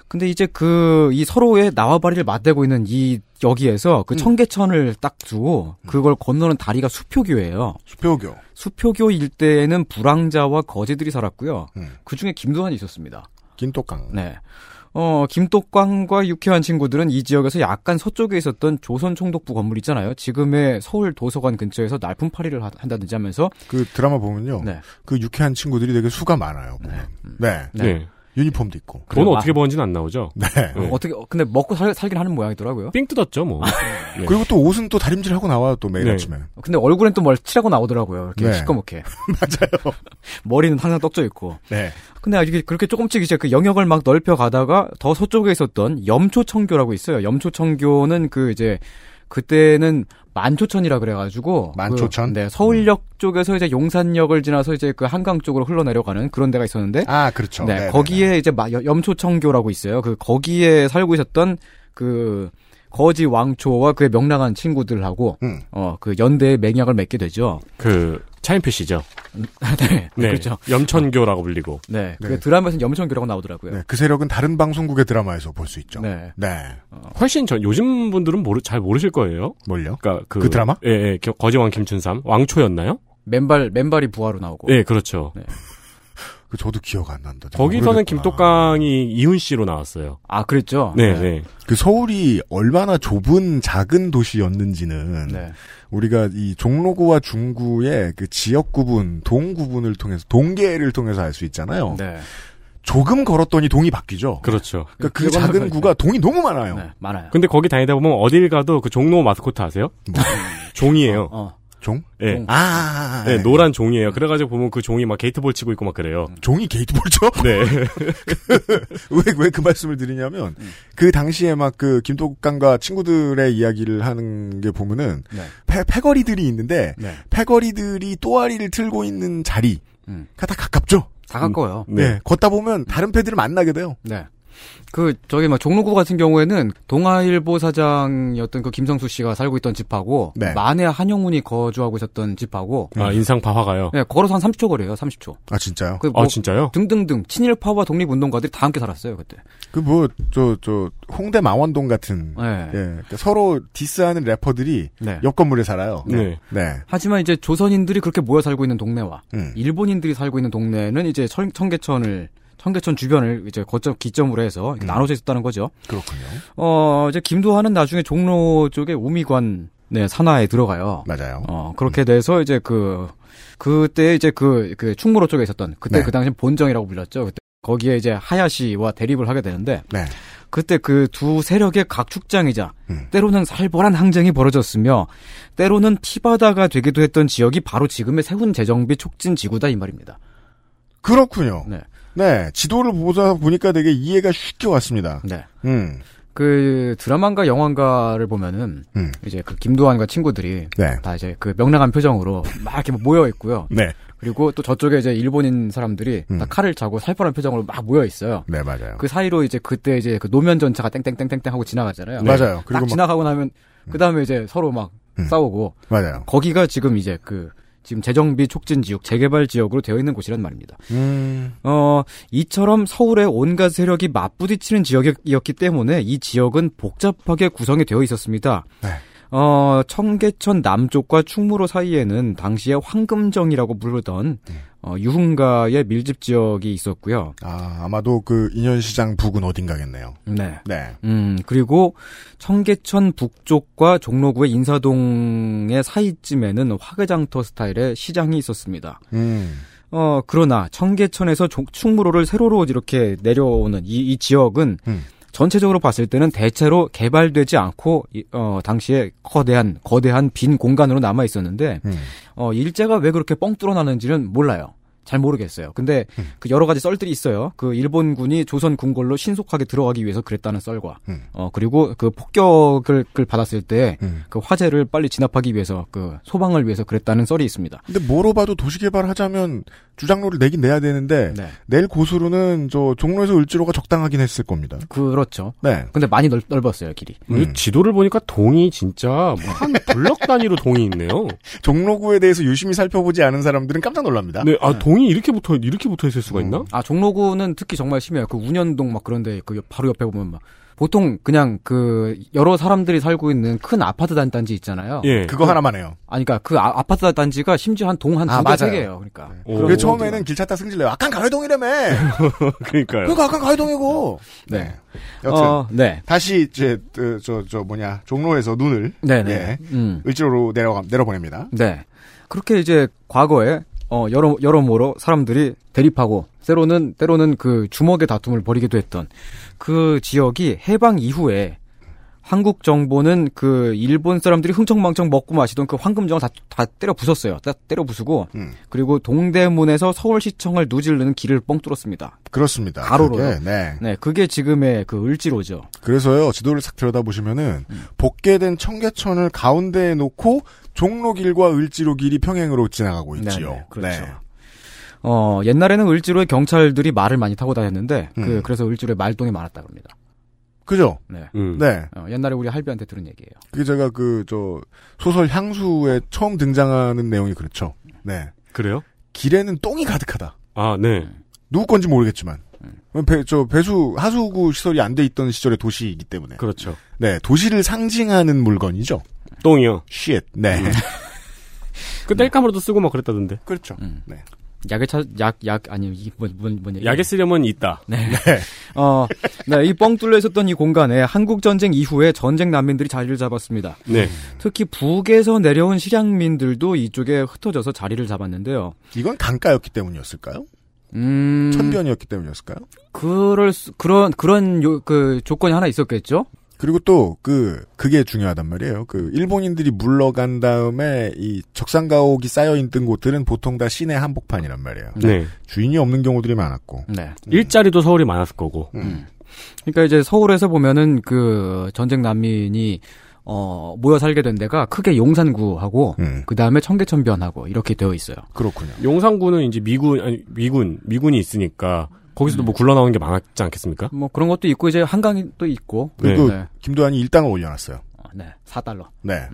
L: 근데 이제 그 이 서로의 나와바리를 맞대고 있는 이 여기에서 그
B: 음.
L: 청계천을 딱 두고 그걸 건너는 다리가 수표교예요.
B: 수표교.
L: 수표교 일대에는 불황자와 거지들이 살았고요.
B: 음.
L: 그 중에 김두한이 있었습니다.
B: 긴토강.
L: 네. 어, 김독광과 유쾌한 친구들은 이 지역에서 약간 서쪽에 있었던 조선 총독부 건물 있잖아요. 지금의 서울 도서관 근처에서 날품팔이를 하- 한다든지 하면서
B: 그 드라마 보면요. 그 유쾌한 친구들이 되게 수가 많아요. 보면. 네.
L: 네. 네.
B: 유니폼도 있고.
C: 돈 어떻게 버는지는 안 나오죠.
B: 네.
L: 어떻게 어, 근데 먹고 살, 살긴 하는 모양이더라고요.
C: 삥 뜯었죠, 뭐.
B: 그리고 또 옷은 또 다림질하고 나와요, 또
L: 네.
B: 매일 아침에.
L: 근데 얼굴엔 또 뭘 칠하고 나오더라고요. 이렇게
B: 네.
L: 시꺼멓게.
B: 맞아요.
L: 머리는 항상 떡져 있고.
B: 네.
L: 근데 이게 그렇게 조금씩 이제 그 영역을 막 넓혀 가다가 더 서쪽에 있었던 염초청교라고 있어요. 염초청교는 그 이제 그때는 만초천이라 그래가지고
B: 만초천?
L: 그, 네 서울역 쪽에서 이제 용산역을 지나서 이제 그 한강 쪽으로 흘러내려가는 그런 데가 있었는데
B: 아 그렇죠
L: 네,
B: 네네네.
L: 거기에 이제 마- 여- 염초청교라고 있어요 그 거기에 살고 있었던 그 거지 왕초와 그의 명랑한
B: 네.
L: 친구들하고
B: 음.
L: 어 그 연대의 맹약을 맺게 되죠
C: 그 차인표 씨죠.
L: 네, 그렇죠
C: 염천교라고 불리고.
L: 네, 그 드라마에서는 염천교라고 나오더라고요
B: 네, 그 세력은 다른 방송국의 드라마에서 볼 수 있죠. 네.
C: 훨씬 전 요즘 분들은 모르 잘 모르실 거예요.
B: 뭘요?
C: 그러니까 그,
B: 그 드라마?
C: 예, 예. 겨- 거지왕 김춘삼 왕초였나요?
L: 맨발 맨발이 부하로 나오고
C: 예, 그렇죠.
B: 그 저도 기억 안 난다.
C: 거기서는 김독강이 이훈 씨로 나왔어요.
L: 아 그랬죠.
C: 네, 네.
B: 그 서울이 얼마나 좁은 작은 도시였는지는
L: 네.
B: 우리가 이 종로구와 중구의 그 지역 구분, 동 구분을 통해서 동계를 통해서 알 수 있잖아요.
L: 네.
B: 조금 걸었더니 동이 바뀌죠.
C: 그렇죠.
B: 그러니까 그 작은 구가 동이 너무 많아요.
L: 네, 많아요.
C: 근데 거기 다니다 보면 어딜 가도 그 종로 마스코트 아세요? 종이에요.
B: 종?
C: 예.
B: 종. 아,
C: 네, 노란 종이에요. 그래가지고 보면 그 종이 막 게이트볼 치고 있고 막 그래요.
B: 종이 게이트볼 쳐?
C: 네.
B: 왜 왜 그 말씀을 드리냐면 그 당시에 막 그 김독강과 친구들의 이야기를 하는 게 보면은 패, 패거리들이 있는데
L: 네.
B: 패거리들이 또아리를 틀고 있는 자리가 다 가깝죠.
L: 다 가까워요.
B: 음. 네. 걷다 보면 다른 패들을 만나게 돼요.
L: 음. 네. 그 저기 막 종로구 같은 경우에는 동아일보 사장이었던 그 김성수 씨가 살고 있던 집하고
B: 네.
L: 만에 한영훈이 거주하고 있었던 집하고
B: 음.
C: 아 인상파 화가요.
L: 네, 걸어서 한 30초 거리예요. 30초.
B: 아 진짜요?
L: 그 뭐 등등등 친일파와 독립운동가들이 다 함께 살았어요 그때.
B: 그 뭐 저 저 홍대 망원동 같은
L: 네.
B: 예, 그러니까 서로 디스하는 래퍼들이
L: 네.
B: 옆 건물에 살아요.
L: 네.
B: 네. 음.
L: 하지만 이제 조선인들이 그렇게 모여 살고 있는 동네와 일본인들이 살고 있는 동네는 이제 청, 청계천을 청계천 주변을 이제 거점 기점으로 해서 이렇게 나눠져 있었다는 거죠.
B: 그렇군요.
L: 어 이제 김도하는 나중에 종로 쪽에 우미관 네 산하에 들어가요.
B: 맞아요.
L: 어 그렇게 돼서 이제 그 그때 이제 그, 그 충무로 쪽에 있었던 그때
B: 네.
L: 그 당시 본정이라고 불렸죠. 그때 거기에 이제 하야시와 대립을 하게 되는데
B: 네.
L: 그때 그 두 세력의 각축장이자 때로는 살벌한 항쟁이 벌어졌으며 때로는 피바다가 되기도 했던 지역이 바로 지금의 세운 재정비 촉진 지구다 이 말입니다.
B: 그렇군요.
L: 네.
B: 네, 지도를 보다 보니까 되게 이해가 쉽게 왔습니다.
L: 네.
B: 음.
L: 그 드라마인가 영화인가를 보면은
B: 음.
L: 이제 그 김도환과 친구들이
B: 네.
L: 다 이제 그 명랑한 표정으로 막 이렇게 모여 있고요.
B: 네.
L: 그리고 또 저쪽에 이제 일본인 사람들이 다
B: 음.
L: 칼을 차고 살벌한 표정으로 막 모여 있어요.
B: 네, 맞아요.
L: 그 사이로 이제 그때 이제 그 노면 전차가 땡땡땡땡땡 하고 지나가잖아요.
B: 네. 맞아요.
L: 그리고
B: 그리고 막-
L: 지나가고 나면 그 다음에 이제 서로 막 싸우고
B: 맞아요.
L: 거기가 지금 이제 그 지금 재정비 촉진 지역, 재개발 지역으로 되어 있는 곳이란 말입니다.
B: 음.
L: 어, 이처럼 서울의 온갖 세력이 맞부딪히는 지역이었기 때문에 이 지역은 복잡하게 구성이 되어 있었습니다. 어, 청계천 남쪽과 충무로 사이에는 당시에 황금정이라고 부르던
M: 네.
L: 어, 유흥가의 밀집 지역이 있었고요.
B: 아, 아마도 그 인현시장 북은 어딘가겠네요.
L: 네.
B: 네.
L: 음, 그리고 청계천 북쪽과 종로구의 인사동의 사이쯤에는 화개장터 스타일의 시장이 있었습니다.
B: 음.
L: 어, 그러나 청계천에서 종- 충무로를 세로로 이렇게 내려오는 이, 이 지역은 전체적으로 봤을 때는 대체로 개발되지 않고 이- 어, 당시에 거대한 거대한 빈 공간으로 남아 있었는데
B: 음,
L: 어, 일제가 왜 그렇게 뻥 뚫어나는지는 몰라요. 잘 모르겠어요. 근데
B: 음.
L: 그 여러 가지 썰들이 있어요. 그 일본군이 조선 궁궐로 신속하게 들어가기 위해서 그랬다는 썰과
B: 음.
L: 어 그리고 그 폭격을 그 받았을 때 그 화재를 빨리 진압하기 위해서 그 소방을 위해서 그랬다는 썰이 있습니다.
B: 근데 뭐로 봐도 도시개발 하자면 주장로를 내긴 내야 되는데
L: 네.
B: 낼 고수로는 저 종로에서 을지로가 적당하긴 했을 겁니다.
L: 그렇죠.
B: 네.
L: 근데 많이 넓, 넓었어요 길이.
B: 음.
C: 이 지도를 보니까 동이 진짜 뭐한 블럭 단위로 동이 있네요.
B: 종로구에 대해서 유심히 살펴보지 않은 사람들은 깜짝 놀랍니다.
C: 네, 아 동이 이렇게 붙어
L: 음.
C: 이렇게 붙어 있을 수가 있나?
L: 아 종로구는 특히 정말 심해요. 그 운현동 막 그런데 그 옆- 바로 옆에 보면 막 보통 그냥 그 여러 사람들이 살고 있는 큰 아파트 단지 있잖아요.
B: 예. 그거 하나만 해요.
L: 아니 그러니까 그 아, 파트 단지가 심지어 한 동
B: 아,
L: 한두개
B: 맞아요.
L: 세 개예요. 그러니까.
B: 그 처음에는 길 찾다 승질내요. 아깐 가회동이라며.
C: 그러니까요.
B: 그러니까 아깐 가회동이고. 네. 여튼
L: 어, 네.
B: 다시 이제 그, 저 저 뭐냐 종로에서 눈을
L: 네네.
B: 예,
L: 음.
B: 을지로로 내려가 내려보냅니다.
L: 네. 그렇게 이제 과거에 어 여러 여러모로 사람들이 대립하고 때로는 때로는 그 주먹의 다툼을 벌이기도 했던 그 지역이 해방 이후에 한국 정부는 그 일본 사람들이 흥청망청 먹고 마시던 그 황금정을 다, 다 때려 부쉈어요. 다 때려 부수고
B: 음.
L: 그리고 동대문에서 서울시청을 누질르는 길을 뻥 뚫었습니다.
B: 그렇습니다.
L: 가로로요.
B: 그게, 네.
L: 네, 그게 지금의 그 을지로죠.
B: 그래서요 지도를 싹 들여다 보시면은
L: 음.
B: 복개된 청계천을 가운데에 놓고 종로길과 을지로길이 평행으로 지나가고 있지요.
L: 네, 네, 그렇죠. 어, 옛날에는 을지로에 경찰들이 말을 많이 타고 다녔는데, 그,
B: 음.
L: 래서 을지로에 말동이 많았다 그럽니다.
B: 그죠?
L: 네.
C: 음.
B: 네.
L: 어, 옛날에 우리 할비한테 들은 얘기예요.
B: 그게 제가 그 저 소설 향수에 처음 등장하는 내용이 그렇죠. 네.
C: 그래요?
B: 길에는 똥이 가득하다.
C: 아, 네.
B: 누구 건지 모르겠지만.
L: 네.
B: 배, 저 배수 하수구 시설이 안 돼 있던 시절의 도시이기 때문에.
C: 그렇죠.
B: 네, 도시를 상징하는 물건이죠.
C: 똥이요.
B: 쉣. 네.
L: 음.
C: 그 뗄감으로도 쓰고 막 그랬다던데.
B: 그렇죠.
L: 음.
B: 네.
L: 약에 차, 약, 약, 아니, 이게 뭔, 뭔, 뭔 얘기?
C: 약에 쓰려면 있다.
L: 네. 어, 네, 이 뻥 뚫려 있었던 이 공간에 한국전쟁 이후에 전쟁 난민들이 자리를 잡았습니다.
C: 네.
L: 특히 북에서 내려온 실향민들도 이쪽에 흩어져서 자리를 잡았는데요.
B: 이건 강가였기 때문이었을까요?
L: 음.
B: 천변이었기 때문이었을까요?
L: 그럴 수, 그런, 그런 요, 그 조건이 하나 있었겠죠?
B: 그리고 또 그 그게 중요하단 말이에요. 그 일본인들이 물러간 다음에 이 적상 가옥이 쌓여 있던 곳들은 보통 다 시내 한복판이란 말이에요.
C: 네.
B: 주인이 없는 경우들이 많았고.
L: 네.
C: 일자리도 서울이 많았을 거고.
L: 그러니까 이제 서울에서 보면은 그 전쟁 난민이 어 모여 살게 된 데가 크게 용산구하고 그 다음에 청계천변하고 이렇게 되어 있어요.
B: 그렇군요.
L: 네.
C: 용산구는 이제 미군, 아니, 미군, 미군이 있으니까 거기서도 뭐 굴러나오는 게 많았지 않겠습니까?
L: 뭐 그런 것도 있고 이제 한강이 또 있고
B: 그리고
L: 네.
B: 김도환이 일당을 올려놨어요.
L: 네, 4달러.
B: 네.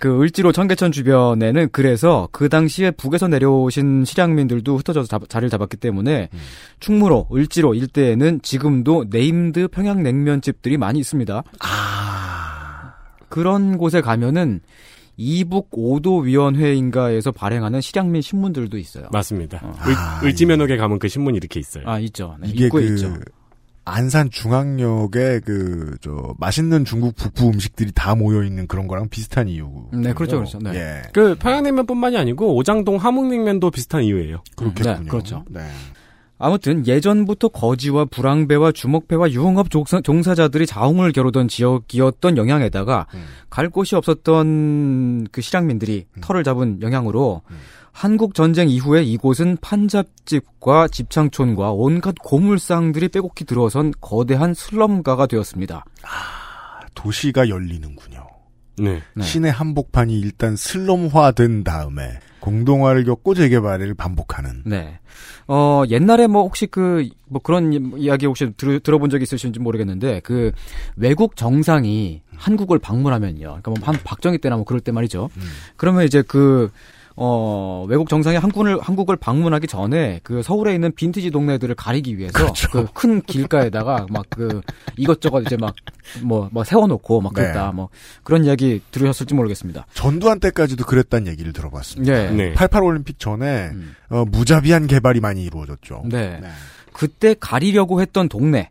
L: 그 을지로 청계천 주변에는 그래서 그 당시에 북에서 내려오신 실향민들도 흩어져서 잡- 자리를 잡았기 때문에 충무로, 을지로 일대에는 지금도 네임드 평양냉면집들이 많이 있습니다. 그런 곳에 가면은 이북 5도 위원회인가에서 발행하는 실향민 신문들도 있어요.
C: 맞습니다. 을, 을지면옥에 가면 그 신문이 이렇게 있어요.
L: 아 있죠. 네,
B: 이게
L: 입구에
B: 그
L: 있죠.
B: 안산 중앙역에 그 저 맛있는 중국 북부 음식들이 다 모여 있는 그런 거랑 비슷한 이유.
L: 네, 그렇죠, 그렇죠. 네.
B: 예.
C: 그 평양냉면뿐만이 아니고 오장동 함흥냉면도 비슷한 이유예요.
B: 그렇겠군요.
L: 네, 그렇죠.
B: 네.
L: 아무튼 예전부터 거지와 불황배와 주먹배와 유흥업 종사, 종사자들이 자웅을 겨루던 지역이었던 영향에다가 갈 곳이 없었던 그 실향민들이 털을 잡은 영향으로 한국 전쟁 이후에 이곳은 판잡집과 집창촌과 온갖 고물상들이 빼곡히 들어선 거대한 슬럼가가 되었습니다.
B: 도시가 열리는군요.
C: 네.
B: 시내 한복판이 일단 슬럼화된 다음에 공동화를 겪고 재개발을 반복하는.
L: 네. 어, 옛날에 뭐 혹시 그, 뭐 그런 이- 이야기 혹시 들, 들어본 적 있으신지 모르겠는데, 그, 외국 정상이 한국을 방문하면요. 그러니까 뭐 한 박정희 때나 뭐 그럴 때 말이죠. 그러면 이제 그, 어, 외국 정상이 한국을, 한국을 방문하기 전에 그 서울에 있는 빈티지 동네들을 가리기 위해서 그 큰 길가에다가 막 그 이것저것 이제 막 뭐, 뭐 세워놓고 막 그랬다.
B: 네.
L: 뭐 그런 이야기 들으셨을지 모르겠습니다.
B: 전두환 때까지도 그랬다는 얘기를 들어봤습니다.
L: 네. 음.
C: 네.
B: 88 올림픽 전에 어, 무자비한 개발이 많이 이루어졌죠.
L: 네. 그때 가리려고 했던 동네,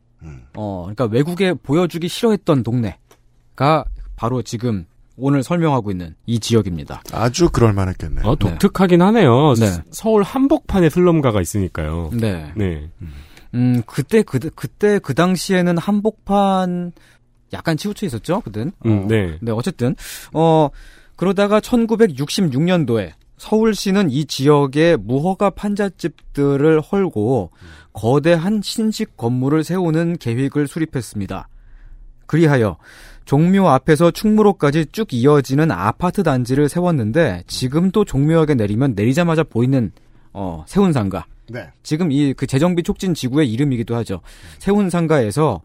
L: 어, 그러니까 외국에 보여주기 싫어했던 동네가 바로 지금 오늘 설명하고 있는 이 지역입니다.
B: 아주 그럴 만했겠네요.
L: 어?
C: 아, 독특하긴 하네요.
L: 네.
C: 스- 서울 한복판에 슬럼가가 있으니까요.
L: 네.
C: 네.
L: 음, 그때, 그, 그때 그 당시에는 한복판 약간 치우쳐 있었죠? 그땐?
C: 음, 네.
L: 네, 어쨌든, 어, 그러다가 1966년도에 서울시는 이 지역에 무허가 판잣집들을 헐고 거대한 신식 건물을 세우는 계획을 수립했습니다. 그리하여 종묘 앞에서 충무로까지 쭉 이어지는 아파트 단지를 세웠는데 지금도 종묘역에 내리면 내리자마자 보이는 어, 세운상가.
B: 네.
L: 지금 이 그 재정비 촉진 지구의 이름이기도 하죠. 세운상가에서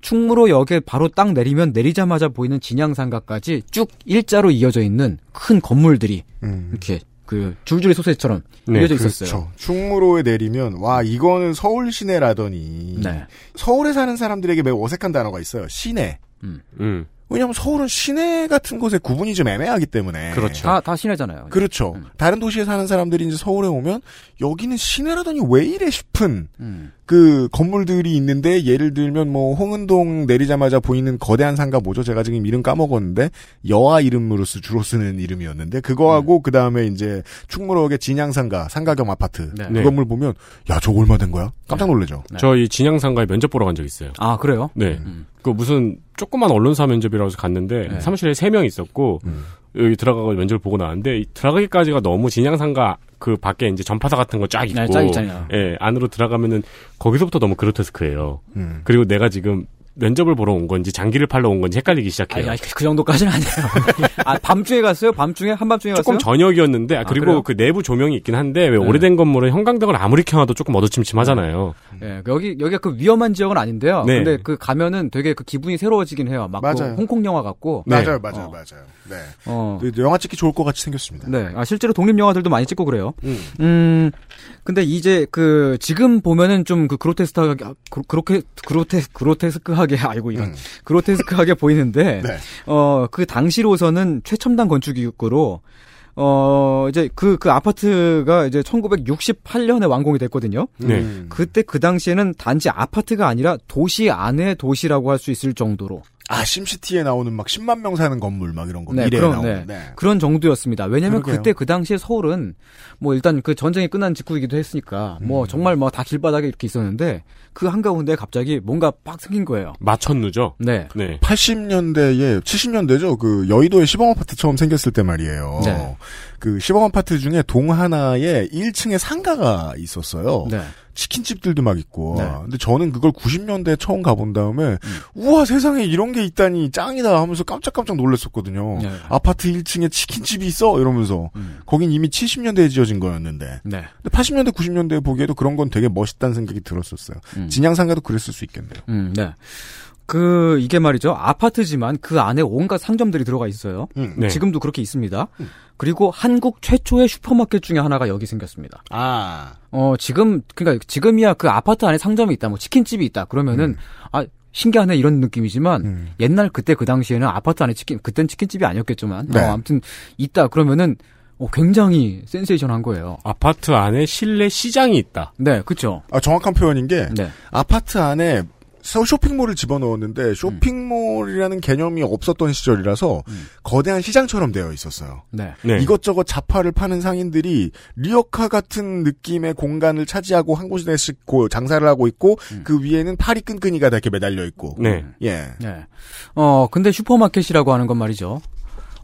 L: 충무로역에 바로 딱 내리면
B: 음.
L: 내리자마자 보이는 진양상가까지 쭉 일자로 이어져 있는 큰 건물들이 이렇게 그 줄줄이 소세지처럼
B: 네,
L: 이어져
B: 그렇죠.
L: 있었어요.
B: 충무로에 내리면 와 이거는 서울 시내라더니
L: 네.
B: 서울에 사는 사람들에게 매우 어색한 단어가 있어요. 시내.
C: 음.
B: 왜냐하면 서울은 시내 같은 곳의 구분이 좀 애매하기 때문에
L: 다, 다 시내잖아요.
B: 그렇죠.
L: 음.
B: 다른 도시에 사는 사람들이 이제 서울에 오면 여기는 시내라더니 왜 이래 싶은
L: 음.
B: 그 건물들이 있는데 예를 들면 뭐 홍은동 내리자마자 보이는 거대한 상가 뭐죠? 제가 지금 이름 까먹었는데 여아 이름으로서 주로 쓰는 이름이었는데
L: 네.
B: 그거하고 그 다음에 이제 충무로역의 진양상가 상가겸 아파트
C: 네.
B: 그 건물 보면 야 저거 얼마 된 거야?
L: 네.
B: 깜짝 놀라죠.
C: 저 이 진양상가에 면접 보러 간 적 있어요.
L: 아 그래요?
C: 네. 그 무슨 조그만 언론사 면접이라고 해서 갔는데
L: 네.
C: 사무실에 세 명 있었고 여기 들어가고 면접을 보고 나왔는데 이 들어가기까지가 너무 진양상가 그 밖에 이제 전파사 같은 거 쫙 있고
L: 네, 쫙 있잖아요.
C: 예, 안으로 들어가면은 거기서부터 너무 그로테스크해요. 그리고 내가 지금 면접을 보러 온 건지 장기를 팔러 온 건지 헷갈리기 시작해요.
L: 아니, 아니, 그 정도까지는 아니에요. 아, 밤중에 갔어요? 밤중에? 한밤중에
C: 조금
L: 갔어요?
C: 저녁이었는데 아,
L: 그래요? 네.
C: 그리고 그 내부 조명이 있긴 한데 왜 오래된 건물은 형광등을 아무리 켜놔도 조금 어두침침하잖아요.
L: 예, 그 여기, 여기가 그 위험한 지역은 아닌데요.
C: 네.
L: 근데 그 가면은 되게 그 기분이 새로워지긴 해요. 막그
B: 맞아요.
L: 홍콩 영화 같고.
B: 맞아요,
L: 어.
B: 맞아요, 맞아요. 네.
L: 어.
B: 영화 찍기 좋을 것 같이 생겼습니다.
L: 네. 아, 실제로 독립 영화들도 많이 찍고 그래요.
B: 음.
L: 음, 근데 이제 그 지금 보면은 좀 그 그로테스크하게 아, 그로- 그렇게 그로테 그로테스크하게 아이고 이런 그로테스크하게 보이는데
B: 네.
L: 어 그 당시로서는 최첨단 건축이었고로 어 이제 그 그 아파트가 이제 1968년에 완공이 됐거든요.
C: 네.
B: 음.
L: 그때 그 당시에는 단지 아파트가 아니라 도시 안의 도시라고 할 수 있을 정도로
B: 아 심시티에 나오는 막 10만 명 사는 건물 막 이런 거
L: 네,
B: 미래에
L: 그럼,
B: 나오는.
L: 네.
B: 네.
L: 그런 정도였습니다. 왜냐면
B: 그러게요.
L: 그때 그 당시에 서울은 뭐 일단 그 전쟁이 끝난 직후이기도 했으니까
B: 음.
L: 뭐 정말 뭐 다 길바닥에 이렇게 있었는데 그 한가운데 갑자기 뭔가 빡 생긴 거예요.
C: 마천루죠.
L: 네.
B: 80년대에 70년대죠. 그 여의도에 시범 아파트 처음 생겼을 때 말이에요.
L: 네.
B: 그 시범 아파트 중에 동 하나에 1층에 상가가 있었어요.
L: 네.
B: 치킨집들도 막 있고. 근데 저는 그걸 90년대에 처음 가본 다음에 우와 세상에 이런 게 있다니 짱이다 하면서 깜짝깜짝 놀랐었거든요.
L: 네. 음.
B: 아파트 1층에 치킨집이 있어 이러면서 거긴 이미 70년대에 지어진 거였는데.
L: 네.
B: 근데 80년대 90년대에 보기에도 그런 건 되게 멋있다는 생각이 들었었어요.
L: 음.
B: 진양상가도 그랬을 수 있겠네요.
L: 음, 네. 그 이게 말이죠. 아파트지만 그 안에 온갖 상점들이 들어가 있어요.
C: 네.
L: 지금도 그렇게 있습니다.
B: 음.
L: 그리고 한국 최초의 슈퍼마켓 중에 하나가 여기 생겼습니다.
B: 아.
L: 어, 지금, 그니까, 지금이야 그 아파트 안에 상점이 있다, 뭐, 치킨집이 있다, 그러면은, 아, 신기하네, 이런 느낌이지만, 옛날 그때 그 당시에는 아파트 안에 치킨, 그땐 치킨집이 아니었겠지만,
C: 네.
L: 어, 아무튼, 있다, 그러면은, 어, 굉장히 센세이션 한 거예요.
C: 아파트 안에 실내 시장이 있다.
L: 네, 그쵸.
B: 아, 정확한 표현인 게
L: 네.
B: 아파트 안에 서- 쇼핑몰을
L: 음.
B: 집어넣었는데 쇼핑몰이라는 개념이 없었던 시절이라서 거대한 시장처럼 되어 있었어요.
L: 음. 네.
B: 이것저것 잡화를 파는 상인들이 리어카 같은 느낌의 공간을 차지하고 한 곳에 싣고 장사를 하고 있고
L: 음.
B: 그 위에는 파리 끈끈이가 이렇게 매달려 있고
C: 네.
B: 예.
L: 네. 어, 근데 슈퍼마켓이라고 하는 건 말이죠.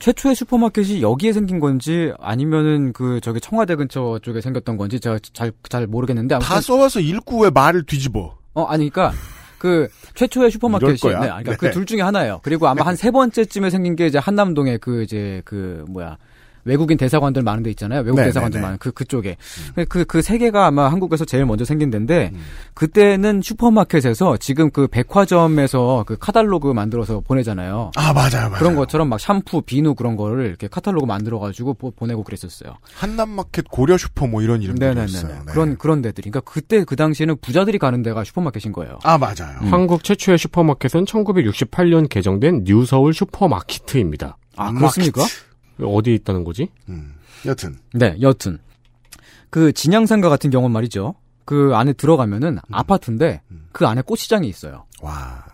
L: 최초의 슈퍼마켓이 여기에 생긴 건지, 아니면은 그, 저기 청와대 근처 쪽에 생겼던 건지, 제가 잘, 잘 모르겠는데. 아무튼
B: 다 써와서 일구에 말을 뒤집어.
L: 어, 아니, 그니까, 그, 최초의
B: 이럴
L: 슈퍼마켓이,
B: 거야.
L: 네, 아니, 그러니까
B: 네.
L: 그둘 중에 하나예요. 그리고 아마 한 세 번째쯤에 생긴 게 이제 한남동에 그, 이제, 그, 뭐야. 외국인 대사관들 많은 데 있잖아요. 외국
E: 네, 네,
L: 대사관들
E: 네.
L: 많은 그 그쪽에
B: 음.
L: 그 그 세 개가 아마 한국에서 제일 먼저 생긴 데인데 그때는 슈퍼마켓에서 지금 그 백화점에서 그 카탈로그 만들어서 보내잖아요.
B: 아 맞아요, 맞아요.
L: 그런 것처럼 막 샴푸, 비누 그런 거를 이렇게 카탈로그 만들어 가지고 보내고 그랬었어요.
B: 한남마켓 고려 슈퍼 뭐 이런 이름들이었어요.
L: 네네네. 그런 그런 데들이. 그러니까 그때 그 당시에는 부자들이 가는 데가 슈퍼마켓인 거예요.
B: 아 맞아요.
C: 한국 최초의 슈퍼마켓은 1968년 개정된 뉴서울 슈퍼마켓입니다.
L: 아, 그렇습니까?
C: 어디에 있다는 거지?
B: 음. 여튼.
L: 네, 여튼 그 진양상가 같은 경우는 말이죠. 그 안에 들어가면은
B: 음.
L: 아파트인데 그 안에 꽃시장이 있어요.
B: 와.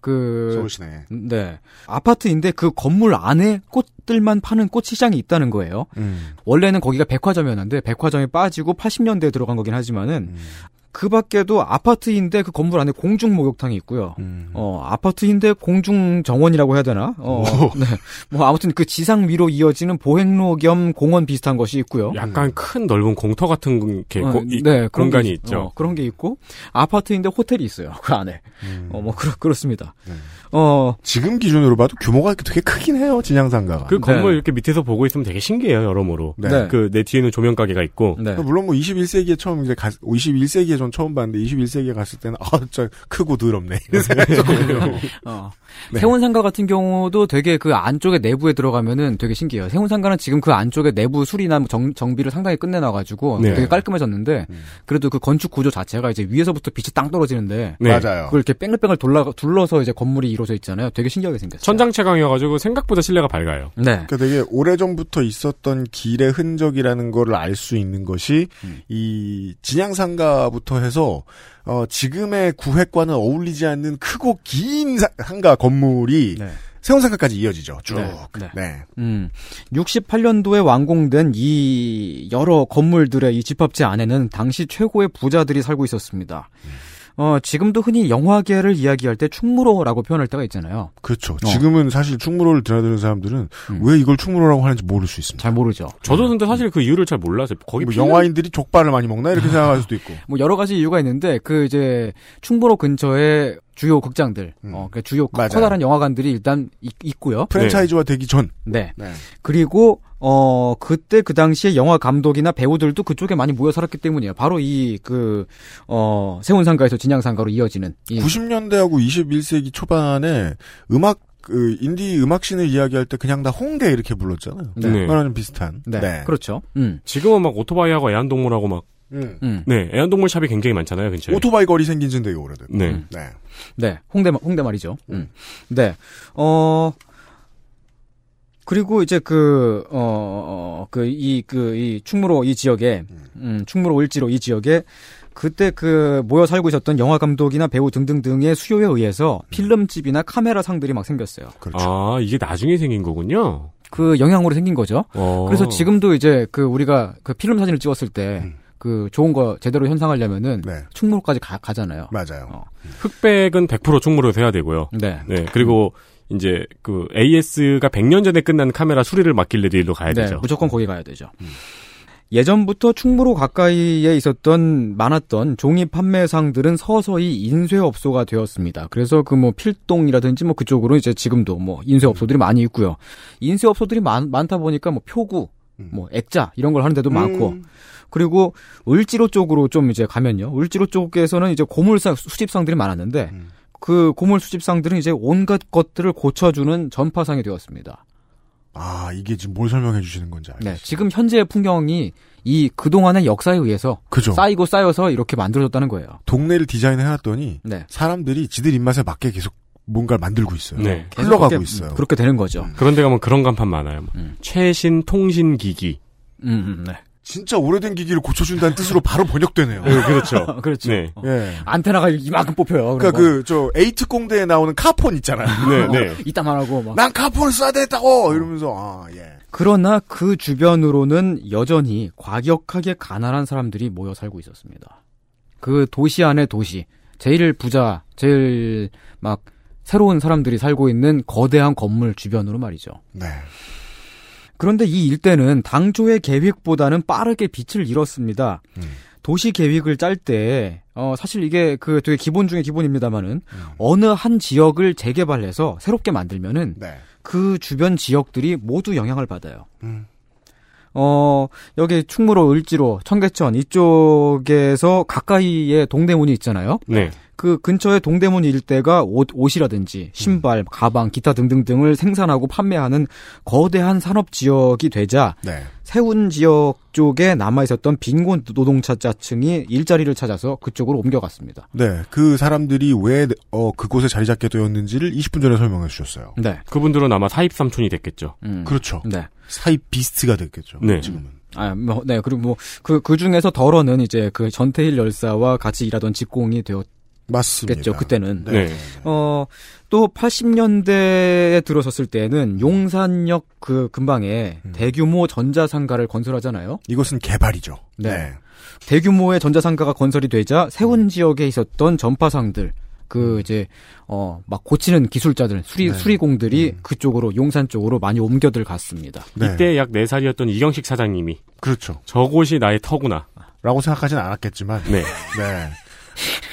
L: 그
B: 서울시내.
L: 네. 아파트인데 그 건물 안에 꽃들만 파는 꽃시장이 있다는 거예요.
B: 음.
L: 원래는 거기가 백화점이었는데 백화점이 빠지고 80년대에 들어간 거긴
B: 음.
L: 하지만은 그 밖에도 아파트인데 그 건물 안에 공중 목욕탕이 있고요.
B: 음.
L: 어, 아파트인데 공중 정원이라고 해야 되나? 어, 네. 뭐 아무튼 그 지상 위로 이어지는 보행로 겸 공원 비슷한 것이
B: 어?
L: 있고요.
C: 약간 큰 넓은 공터 같은 게
L: 어,
C: 고- 이-
B: 네,
L: 그런 게
C: 공간이
L: 있-
C: 있죠.
L: 음.
C: 네.
L: 어, 그런 게 있고 아파트인데 호텔이 있어요 그 안에. 어, 뭐 그렇 그렇습니다. 어.
B: 어, 지금 기준으로 봐도 규모가 되게 크긴 해요, 진양상가가.
C: 그 건물 이렇게 밑에서 보고 있으면 되게 신기해요, 여러모로.
B: 네.
C: 그 내 뒤에는 조명 가게가 있고.
L: 네.
B: 물론 뭐 21세기에 처음 이제 가, 21세기에 전 처음 봤는데 21세기에 갔을 때는 아, 진짜 크고 더럽네. 이런 생각이 들어요.
L: 어.
B: 네.
L: 세운상가 같은 경우도 되게 그 안쪽에 내부에 들어가면은 되게 신기해요. 세운상가는 지금 그 안쪽에 내부 수리나 뭐 정, 정비를 상당히 끝내놔가지고
B: 네.
L: 되게 깔끔해졌는데
C: 음.
L: 그래도 그 건축 구조 자체가 이제 위에서부터 빛이 땅 떨어지는데
C: 네.
B: 맞아요.
L: 그걸 이렇게 뺑글뺑글 돌라, 둘러서 이제 건물이 이루어져 있잖아요. 되게 신기하게 생겼어요.
C: 천장 채광이어가지고 생각보다 실내가 밝아요.
L: 네.
B: 그러니까 되게 오래전부터 있었던 길의 흔적이라는 거를 알 수 있는 것이 이 진양상가부터 해서 어, 지금의 구획과는 어울리지 않는 크고 긴 사- 상가 건물이
C: 그
B: 세운상가까지 이어지죠. 쭉.
L: 네.
B: 네.
L: 음, 68년도에 완공된 이 여러 건물들의 이 집합체 안에는 당시 최고의 부자들이 살고 있었습니다. 어, 지금도 흔히 영화계를 이야기할 때 충무로라고 표현할 때가 있잖아요.
B: 그렇죠.
L: 어.
B: 지금은 사실 충무로를 드나드는 사람들은
L: 음.
B: 왜 이걸 충무로라고 하는지 모를 수 있습니다.
L: 잘 모르죠.
C: 저도 근데 사실 그 이유를 잘 몰라서 거기
B: 음. 뭐
C: 피는-
B: 영화인들이 족발을 많이 먹나 이렇게 생각할 수도 있고.
L: 뭐 여러 가지 이유가 있는데 그 이제 충무로 근처에 주요 극장들, 어, 그 주요
B: 맞아요.
L: 커다란 영화관들이 일단 있, 있고요.
B: 프랜차이즈화 되기 전.
L: 네.
B: 네.
L: 그리고 어 그때 그 당시에 영화 감독이나 배우들도 그쪽에 많이 모여 살았기 때문이에요. 바로 이 그 어 세운상가에서 진양상가로 이어지는 이
B: 90년대하고 21세기 음. 초반에 음악 그 인디 음악신을 이야기할 때 그냥 다 홍대 이렇게 불렀잖아요.
L: 네.
C: 네.
B: 그거랑 좀 비슷한.
L: 네. 그렇죠. 음.
C: 지금은 막 오토바이하고 애완동물하고 막
B: 음.
L: 음.
C: 네, 애완동물 샵이 굉장히 많잖아요, 근처에.
B: 오토바이 거리 생긴 지는 되게 오래됐.
L: 음.
C: 네.
B: 네.
L: 네. 홍대 마- 홍대 말이죠. 음. 네. 어 그리고 이제 그, 어, 그, 이, 그, 이 충무로 이 지역에, 음, 충무로 을지로 이 지역에, 그때 그, 모여 살고 있었던 영화 감독이나 배우 등등등의 수요에 의해서 필름집이나 카메라 상들이 막 생겼어요.
B: 그렇죠.
C: 아, 이게 나중에 생긴 거군요.
L: 그 영향으로 생긴 거죠.
C: 어.
L: 그래서 지금도 이제 그 우리가 그 필름 사진을 찍었을 때, 그 좋은 거 제대로 현상하려면은 충무로까지 가, 가잖아요.
B: 네. 맞아요.
C: 흑백은 100% 충무로에서 해야 되고요.
L: 네.
C: 네. 그리고 이제 그 AS가 100년 전에 끝난 카메라 수리를 맡길 일로 가야
L: 네,
C: 되죠. 음.
L: 무조건 거기 가야 되죠. 예전부터 충무로 가까이에 있었던 많았던 종이 판매상들은 서서히 인쇄업소가 되었습니다. 그래서 그 뭐 필동이라든지 뭐 그쪽으로 이제 지금도 뭐 인쇄업소들이
C: 음.
L: 많이 있고요. 인쇄업소들이 많, 다 보니까 뭐 표구,
B: 음.
C: 음.
L: 뭐 액자 이런 걸 하는데도 많고 그리고 을지로 쪽으로 좀 이제 가면요. 을지로 쪽에서는 이제 고물상 수집상들이 많았는데
C: 음.
L: 그 고물 수집상들은 이제 온갖 것들을 고쳐주는 전파상이 되었습니다.
B: 아 이게 지금 뭘 설명해 주시는 건지 알겠어요.
L: 네, 지금 현재의 풍경이 이 그동안의 역사에 의해서
B: 그죠.
L: 쌓이고 쌓여서 이렇게 만들어졌다는 거예요.
B: 동네를 디자인해 놨더니
L: 네.
B: 사람들이 지들 입맛에 맞게 계속 뭔가를 만들고 있어요.
C: 네.
B: 흘러가고
L: 계속 그렇게-
B: 있어요.
L: 음, 그렇게 되는 거죠.
C: 그런데 가면 그런 간판 많아요. 뭐 최신 통신 기기.
L: 음, 음, 네.
B: 진짜 오래된 기기를 고쳐준다는 뜻으로 바로 번역되네요.
C: 네, 그렇죠.
L: 어. 그렇죠.
C: 네.
L: 어.
B: 예.
L: 안테나가 이만큼 뽑혀요. 뭐
B: 그러니까 그 저 에이트 공대에 나오는 카폰 있잖아요.
C: 네, 네.
L: 이따만하고 막.
B: 난 카폰을 써야 됐다고 이러면서 아 예.
L: 그러나 그 주변으로는 여전히 과격하게 가난한 사람들이 모여 살고 있었습니다. 그 도시 안의 도시, 제일 부자, 제일 막 새로운 사람들이 살고 있는 거대한 건물 주변으로 말이죠.
B: 네.
L: 그런데 이 일대는 당초의 계획보다는 빠르게 빛을 잃었습니다. 도시 계획을 짤 때 사실 이게 그 되게 기본 중에 기본입니다만은 어느 한 지역을 재개발해서 새롭게 만들면은
B: 네.
L: 그 주변 지역들이 모두 영향을 받아요.
B: 음.
L: 어, 여기 충무로, 을지로, 청계천 이쪽에서 가까이에 동대문이 있잖아요.
C: 네.
L: 그 근처의 동대문 일대가 옷, 옷이라든지 신발, 가방, 기타 등등등을 생산하고 판매하는 거대한 산업 지역이 되자
B: 네.
L: 세운 지역 쪽에 남아 있었던 빈곤 노동자층이 일자리를 찾아서 그쪽으로 옮겨갔습니다.
B: 네. 그 사람들이 왜 어, 그곳에 자리 잡게 되었는지를 20분 전에 설명해 주셨어요.
L: 네.
C: 그분들은 아마 사입 삼촌이 됐겠죠.
L: 음.
B: 그렇죠.
L: 네.
B: 사입 비스트가 됐겠죠.
C: 네.
B: 지금은.
L: 아, 뭐, 네. 그리고 뭐, 그, 그 중에서 덜어는 이제 그 전태일 열사와 같이 일하던 직공이 되었겠죠,
B: 맞습니다.
L: 그때는.
C: 네.
L: 어, 또 80년대에 들어섰을 때는 용산역 그 근방에 대규모 전자상가를 건설하잖아요.
B: 이것은 개발이죠.
L: 네. 대규모의 전자상가가 건설이 되자 세운
B: 음.
L: 지역에 있었던 전파상들, 그 이제 어 막 고치는 기술자들,
B: 네.
L: 수리 수리공들이
B: 음.
L: 그쪽으로 용산 쪽으로 많이 옮겨들 갔습니다.
B: 네.
C: 이때 약 4살이었던 이경식 사장님이
B: 그렇죠.
C: 저곳이 나의 터구나.
B: 라고 생각하진 않았겠지만.
C: 네.
B: 네.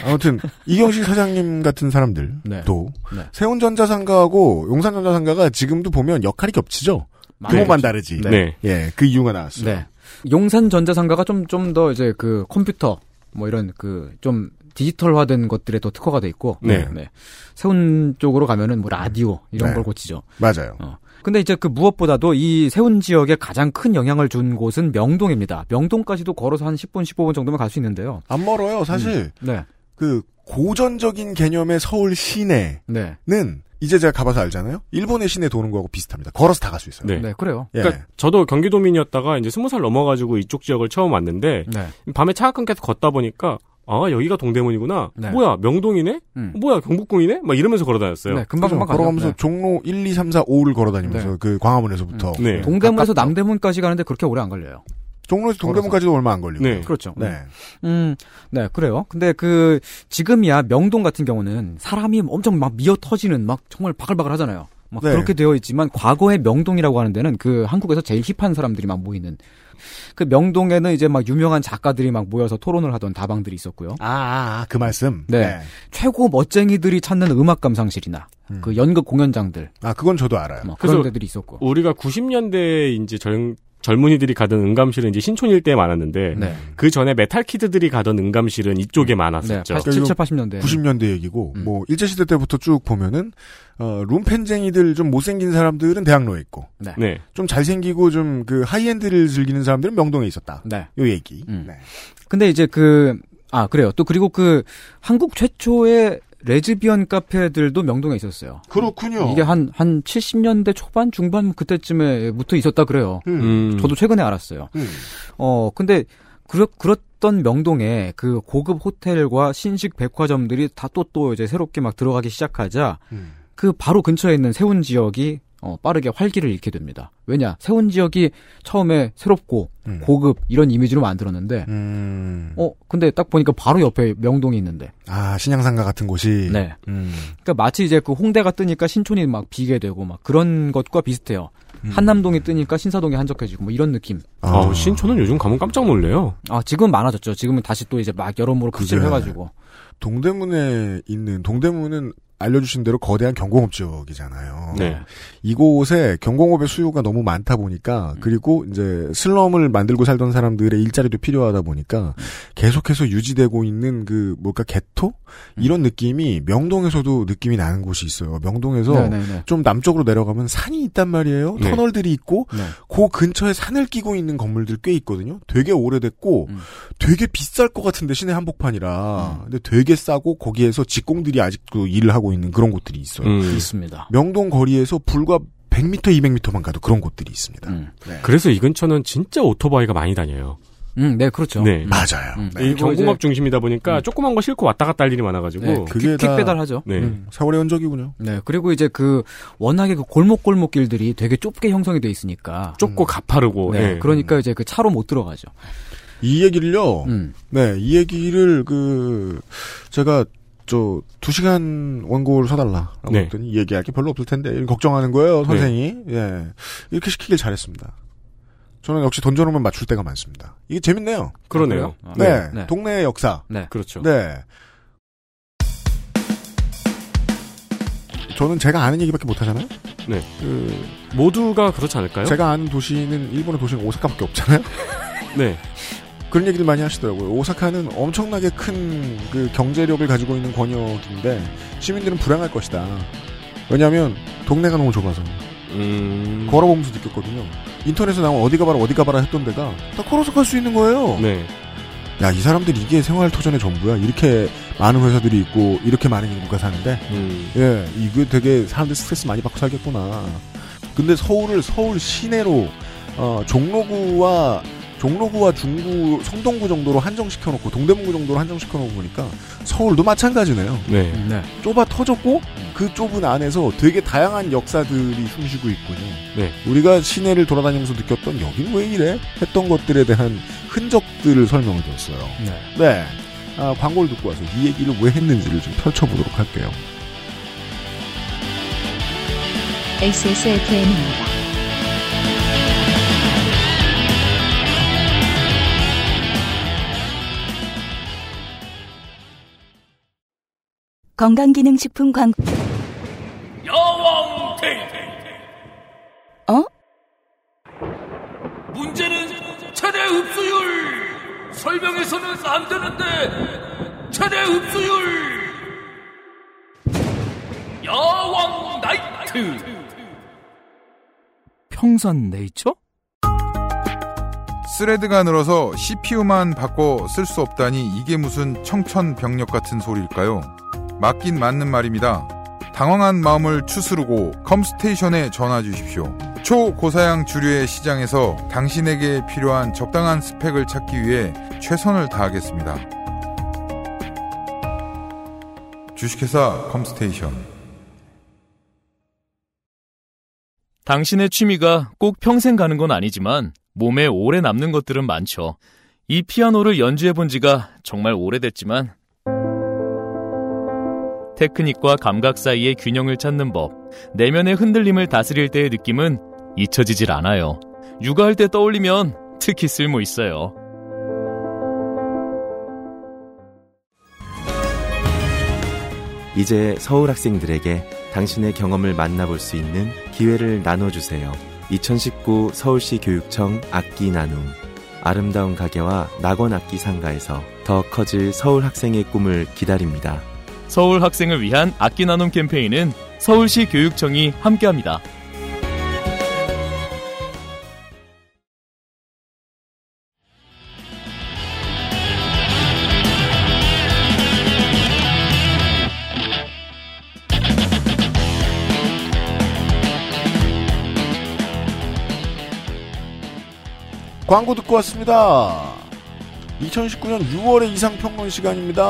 B: 아무튼 이경실 사장님 같은 사람들도
L: 네. 네.
B: 세운전자상가하고 용산전자상가가 지금도 보면 역할이 겹치죠.
L: 많이
B: 규모만
L: 겹치-
B: 다르지.
L: 네.
B: 예, 그 이유가 나왔어요.
L: 네. 용산 전자상가가 좀 좀 더 이제 그 컴퓨터 뭐 이런 그 좀 디지털화된 것들에 더 특화가 돼 있고
B: 네.
L: 세운 쪽으로 가면은 뭐 라디오 이런
B: 네.
L: 걸 고치죠.
B: 맞아요.
L: 근데 이제 그 무엇보다도 이 세운 지역에 가장 큰 영향을 준 곳은 명동입니다. 명동까지도 걸어서 한 10분 15분 정도면 갈 수 있는데요.
B: 안 멀어요, 사실.
L: 네.
B: 그 고전적인 개념의 서울 시내는
L: 네.
B: 이제 제가 가봐서 알잖아요. 일본의 시내 도는 거하고 비슷합니다. 걸어서 다 갈 수 있어요.
C: 네.
L: 그래요.
B: 예.
C: 그러니까 저도 경기도민이었다가 이제 스무 살 넘어가지고 이쪽 지역을 처음 왔는데
L: 네.
C: 밤에 차가 끊겨서 걷다 보니까 아 여기가 동대문이구나.
B: 네.
C: 뭐야 명동이네?
L: 음.
C: 뭐야 경복궁이네? 막 이러면서 걸어다녔어요.
B: 그죠?
L: 네.
B: 걸어가면서 종로 1, 2, 3, 4, 5를 걸어다니면서 그 광화문에서부터
C: 음. 네.
L: 동대문에서 남대문까지 가는데 그렇게 오래 안 걸려요.
B: 종로에서 동대문까지도 얼마 안 걸리고.
C: 네.
L: 그렇죠.
B: 네.
L: 음, 네, 그래요. 근데 그, 지금이야, 명동 같은 경우는 사람이 엄청 막 미어 터지는, 막 정말 바글바글 하잖아요. 막
B: 네.
L: 그렇게 되어 있지만, 과거의 명동이라고 하는 데는 그 한국에서 제일 힙한 사람들이 막 모이는. 그 명동에는 이제 막 유명한 작가들이 막 모여서 토론을 하던 다방들이 있었고요.
B: 아, 아, 아, 그 말씀.
L: 네. 최고 멋쟁이들이 찾는 음악 감상실이나, 그 연극 공연장들.
B: 아, 그건 저도 알아요.
L: 뭐 그런 데들이 있었고.
C: 우리가 90년대에 이제 젊, 젊은이들이 가던 응감실은 이제 신촌 일대에 많았는데
L: 네. 음.
C: 그 전에 메탈 키드들이 가던 응감실은 이쪽에
L: 그렇죠.
C: 많았었죠.
L: 네,
B: 그러니까 이거 90년대 얘기고 뭐 일제 시대 때부터 쭉 보면은 어, 룸펜쟁이들 좀 못생긴 사람들은 대학로에 있고
L: 네.
C: 네.
B: 좀 잘생기고 좀 그 하이엔드를 즐기는 사람들은 명동에 있었다.
L: 네.
B: 요 얘기. 네.
L: 근데 이제 그, 아, 그래요. 또 그리고 그, 한국 최초의 레즈비언 카페들도 명동에 있었어요.
B: 그렇군요.
L: 이게 한, 한 70년대 초반, 중반 그때쯤에부터 있었다 그래요.
C: 음.
L: 저도 최근에 알았어요.
B: 음.
L: 어, 근데, 그렇, 그렇던 명동에 그 고급 호텔과 신식 백화점들이 다 또 또 이제 새롭게 막 들어가기 시작하자 그 바로 근처에 있는 세운 지역이 어, 빠르게 활기를 잃게 됩니다. 왜냐, 세운 지역이 처음에 새롭고 고급 이런 이미지로 만들었는데, 어, 근데 딱 보니까 바로 옆에 명동이 있는데,
B: 음. 아 신양상가 같은
C: 예.
B: 곳이.
L: 네.
B: 음.
L: 그러니까 마치 이제 그 홍대가 뜨니까 신촌이 막 비게 되고 막 그런 것과 비슷해요.
C: 음.
L: 한남동이 뜨니까 신사동이 한적해지고 뭐 이런 느낌.
C: 아우, 신촌은 요즘 가면 깜짝 놀래요.
L: 아 지금 많아졌죠. 지금은 다시 또 이제 막 여러모로 급제를
C: 네.
B: 그게
L: 해가지고.
B: 동대문에 있는 동대문은 알려주신 대로 거대한 경공업 지역이잖아요.
C: 네.
B: 이곳에 경공업의 수요가 너무 많다 보니까 그리고 이제 슬럼을 만들고 살던 사람들의 일자리도 필요하다 보니까 계속해서 유지되고 있는 그 뭘까 개토 이런 느낌이 명동에서도 느낌이 나는 곳이 있어요. 명동에서
L: 네, 네, 네.
B: 좀 남쪽으로 내려가면 산이 있단 말이에요.
L: 네.
B: 터널들이 있고
L: 네.
B: 그 근처에 산을 끼고 있는 건물들 꽤 있거든요. 되게 오래됐고 되게 비쌀 것 같은데 시내 한복판이라 근데 되게 싸고 거기에서 직공들이 아직도 일을 하고 있는 그런 곳들이
L: 네.
B: 있어요.
C: 음.
L: 있습니다.
B: 명동 거리에서 불과 100m, 200m만 가도 그런 곳들이 있습니다.
L: 네.
C: 그래서 이 근처는 진짜 오토바이가 많이 다녀요.
L: 음, 네, 그렇죠.
C: 네.
L: 음.
B: 맞아요.
L: 음.
B: 네.
C: 이
L: 그리고
C: 경공업
L: 이제-
C: 중심이다 보니까
L: 음.
C: 조그만 거 싣고 왔다 갔다 할 일이 많아가지고.
L: 네,
B: 그게
L: 퀵-
B: 다-
L: 퀵배달하죠.
C: 네.
B: 음, 세월의 흔적이군요.
L: 네, 그리고 이제 그 워낙에 그 골목 골목 길들이 되게 좁게 형성이 돼 있으니까.
C: 좁고 가파르고.
L: 네,
C: 예.
L: 그러니까 이제 그 차로 못 들어가죠.
B: 이 얘기를요.
C: 어,
L: 음.
B: 네, 이 얘기를 그 제가 저 두 시간 원고를 사달라라고
C: 네.
B: 했더니 얘기할 게 별로 없을 텐데 이런 걱정하는 거예요 선생이. 예, 이렇게 시키길 잘했습니다. 저는 역시 던져놓으면 맞출 때가 많습니다. 이게 재밌네요.
C: 그러네요.
L: 아,
B: 네,
L: 그래요? 아,
B: 동네의 역사.
L: 네.
C: 그렇죠.
B: 네. 저는 제가 아는 얘기밖에 못 하잖아요.
C: 네.
B: 그
C: 모두가 그렇지 않을까요?
B: 제가 아는 도시는 일본의 도시는 오사카밖에 없잖아요.
C: 네.
B: 그런 얘기를 많이 하시더라고요. 오사카는 엄청나게 큰 그 경제력을 가지고 있는 권역인데 시민들은 불안할 것이다. 왜냐하면 동네가 너무 좁아서
C: 음.
B: 걸어보면서 느꼈거든요. 인터넷에 나온 어디 가봐라 어디 가봐라 했던 데가 다 걸어서 갈 수 있는 거예요.
C: 네.
B: 야 이 사람들 이게 생활 토전의 전부야. 이렇게 많은 회사들이 있고 이렇게 많은 인구가 사는데
C: 음.
B: 예 이게 되게 사람들 스트레스 많이 받고 살겠구나. 근데 서울을 서울 시내로 어, 종로구와 종로구와 중구, 성동구 정도로 한정시켜놓고 동대문구 정도로 한정시켜놓고 보니까 서울도 마찬가지네요.
C: 네.
L: 네.
B: 좁아 터졌고 그 좁은 안에서 되게 다양한 역사들이 숨쉬고 있군요.
C: 네.
B: 우리가 시내를 돌아다니면서 느꼈던 여긴 왜 이래? 했던 것들에 대한 흔적들을 설명을 드렸어요.
L: 네.
B: 네. 아, 광고를 듣고 와서 이 얘기를 왜 했는지를 좀 펼쳐보도록 할게요.
D: XSFM입니다.
N: 건강기능식품 광고.
O: 야왕 테이프.
N: 어?
O: 문제는 체내 흡수율. 설명해서는 안 되는데 체내 흡수율. 야왕 나이트.
P: 평산 네이처?
G: 스레드가 늘어서 CPU만 바꿔 쓸 수 없다니 이게 무슨 청천벽력 같은 소리일까요? 맞긴 맞는 말입니다. 당황한 마음을 추스르고 컴스테이션에 전화 주십시오. 초고사양 주류의 시장에서 당신에게 필요한 적당한 스펙을 찾기 위해 최선을 다하겠습니다. 주식회사 컴스테이션
L: 당신의 취미가 꼭 평생 가는 건 아니지만 몸에 오래 남는 것들은 많죠. 이 피아노를 연주해 본 지가 정말 오래됐지만 테크닉과 감각 사이의 균형을 찾는 법, 내면의 흔들림을 다스릴 때의 느낌은 잊혀지질 않아요. 육아할 때 떠올리면 특히 쓸모 있어요.
F: 이제 서울 학생들에게 당신의 경험을 만나볼 수 있는 기회를 나눠주세요. 2019 서울시 교육청 악기 나눔. 아름다운 가게와 낙원 악기 상가에서 더 커질 서울 학생의 꿈을 기다립니다.
L: 서울 학생을 위한 악기 나눔 캠페인은 서울시 교육청이 함께합니다.
B: 광고 듣고 왔습니다. 2019년 6월의 이상평론 시간입니다.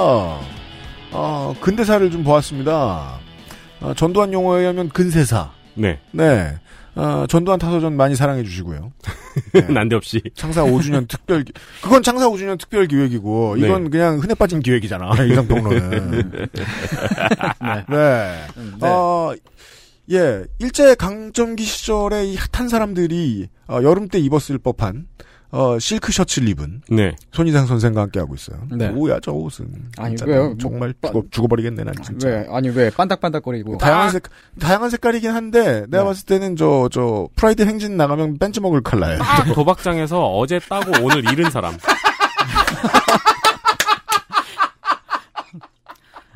B: 아, 근대사를 좀 보았습니다. 아, 전두환 용어에 의하면 근세사.
C: 네.
B: 네. 아, 전두환 타서전 많이 사랑해 주시고요.
C: 네. 난데없이.
B: 창사 5주년 특별, 기- 그건 창사 5주년 특별 기획이고, 이건
C: 네.
B: 그냥 흔해 빠진 기획이잖아, 이상평론은. 네.
M: 네.
B: 어, 예. 일제 강점기 시절에 이 핫한 사람들이, 어, 여름 때 입었을 법한, 어, 실크 셔츠를 입은,
C: 네.
B: 손희상 선생과 함께 하고 있어요.
H: 네.
B: 뭐야, 저 옷은.
H: 아니,
B: 진짜
H: 왜요?
B: 정말
H: 뭐,
B: 죽어, 죽어버리겠네, 난 진짜.
H: 왜 아니 왜 반딱반딱거리고 아!
B: 다양한 색 다양한 색깔이긴 한데 내가
H: 네.
B: 봤을 때는 저 저 프라이드 행진 나가면 벤치 먹을 칼라예요.
C: 아! 도박장에서 어제 따고 오늘 잃은 사람.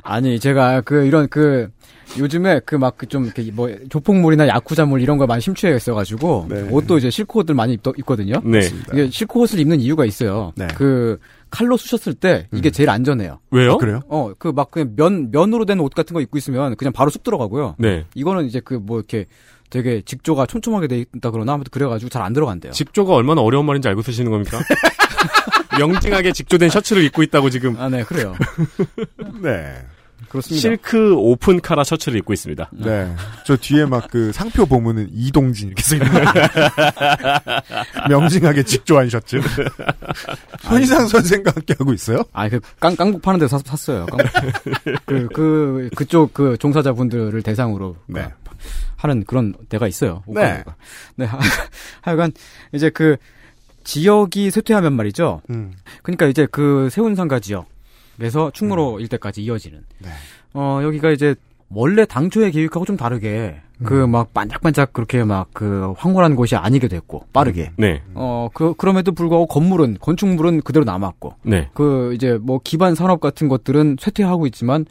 M: 아니 제가 그 이런 그 요즘에 그 막 좀 이렇게 뭐 조폭물이나 야쿠자물 이런 걸 많이 심취해 있어가지고 옷도 이제 실크 옷들 많이 입, 입거든요.
C: 네.
M: 이게 실크 옷을 입는 이유가 있어요.
B: 네.
M: 그 칼로 쑤셨을 때 이게 제일 안전해요.
C: 왜요? 아, 그래요?
M: 어, 그 막 그냥 면 면으로 된 옷 같은 거 입고 있으면 그냥 바로 쑥 들어가고요.
C: 네.
M: 이거는 이제 그 뭐 이렇게 되게 직조가 촘촘하게 돼 있다 그러나 아무튼 그래가지고 잘 안 들어간대요.
C: 직조가 얼마나 어려운 말인지 알고 쓰시는 겁니까? 명징하게 직조된 셔츠를 입고 있다고 지금.
M: 아, 네, 그래요.
B: 네.
M: 그렇습니다.
C: 실크 오픈 카라 셔츠를 입고 있습니다.
B: 네. 저 뒤에 막 그 상표 보면은 이동진 이렇게 써있는 명징하게 직조한 셔츠. 손희상 선생과 함께 하고 있어요?
M: 아, 그, 깡, 깡국 파는 데서 샀- 샀어요. 깡국. 그, 그, 그쪽 그 종사자분들을 대상으로.
B: 네.
H: 아,
M: 하는 그런 데가 있어요.
H: 네.
M: 옷가게가. 네. 하- 하여간, 이제 그, 지역이 쇠퇴하면 말이죠.
B: 음.
M: 그러니까 이제 그 세운상가 지역에서 충무로
B: 음.
M: 일대까지 이어지는.
B: 네.
M: 어, 여기가 이제 원래 당초의 계획하고 좀 다르게
B: 음.
M: 그 막 반짝반짝 그렇게 막 그 황홀한 곳이 아니게 됐고 빠르게.
C: 네.
B: 음.
M: 어, 그, 그럼에도 불구하고 건물은, 건축물은 그대로 남았고.
C: 네.
M: 그, 이제 뭐 기반 산업 같은 것들은 쇠퇴하고 있지만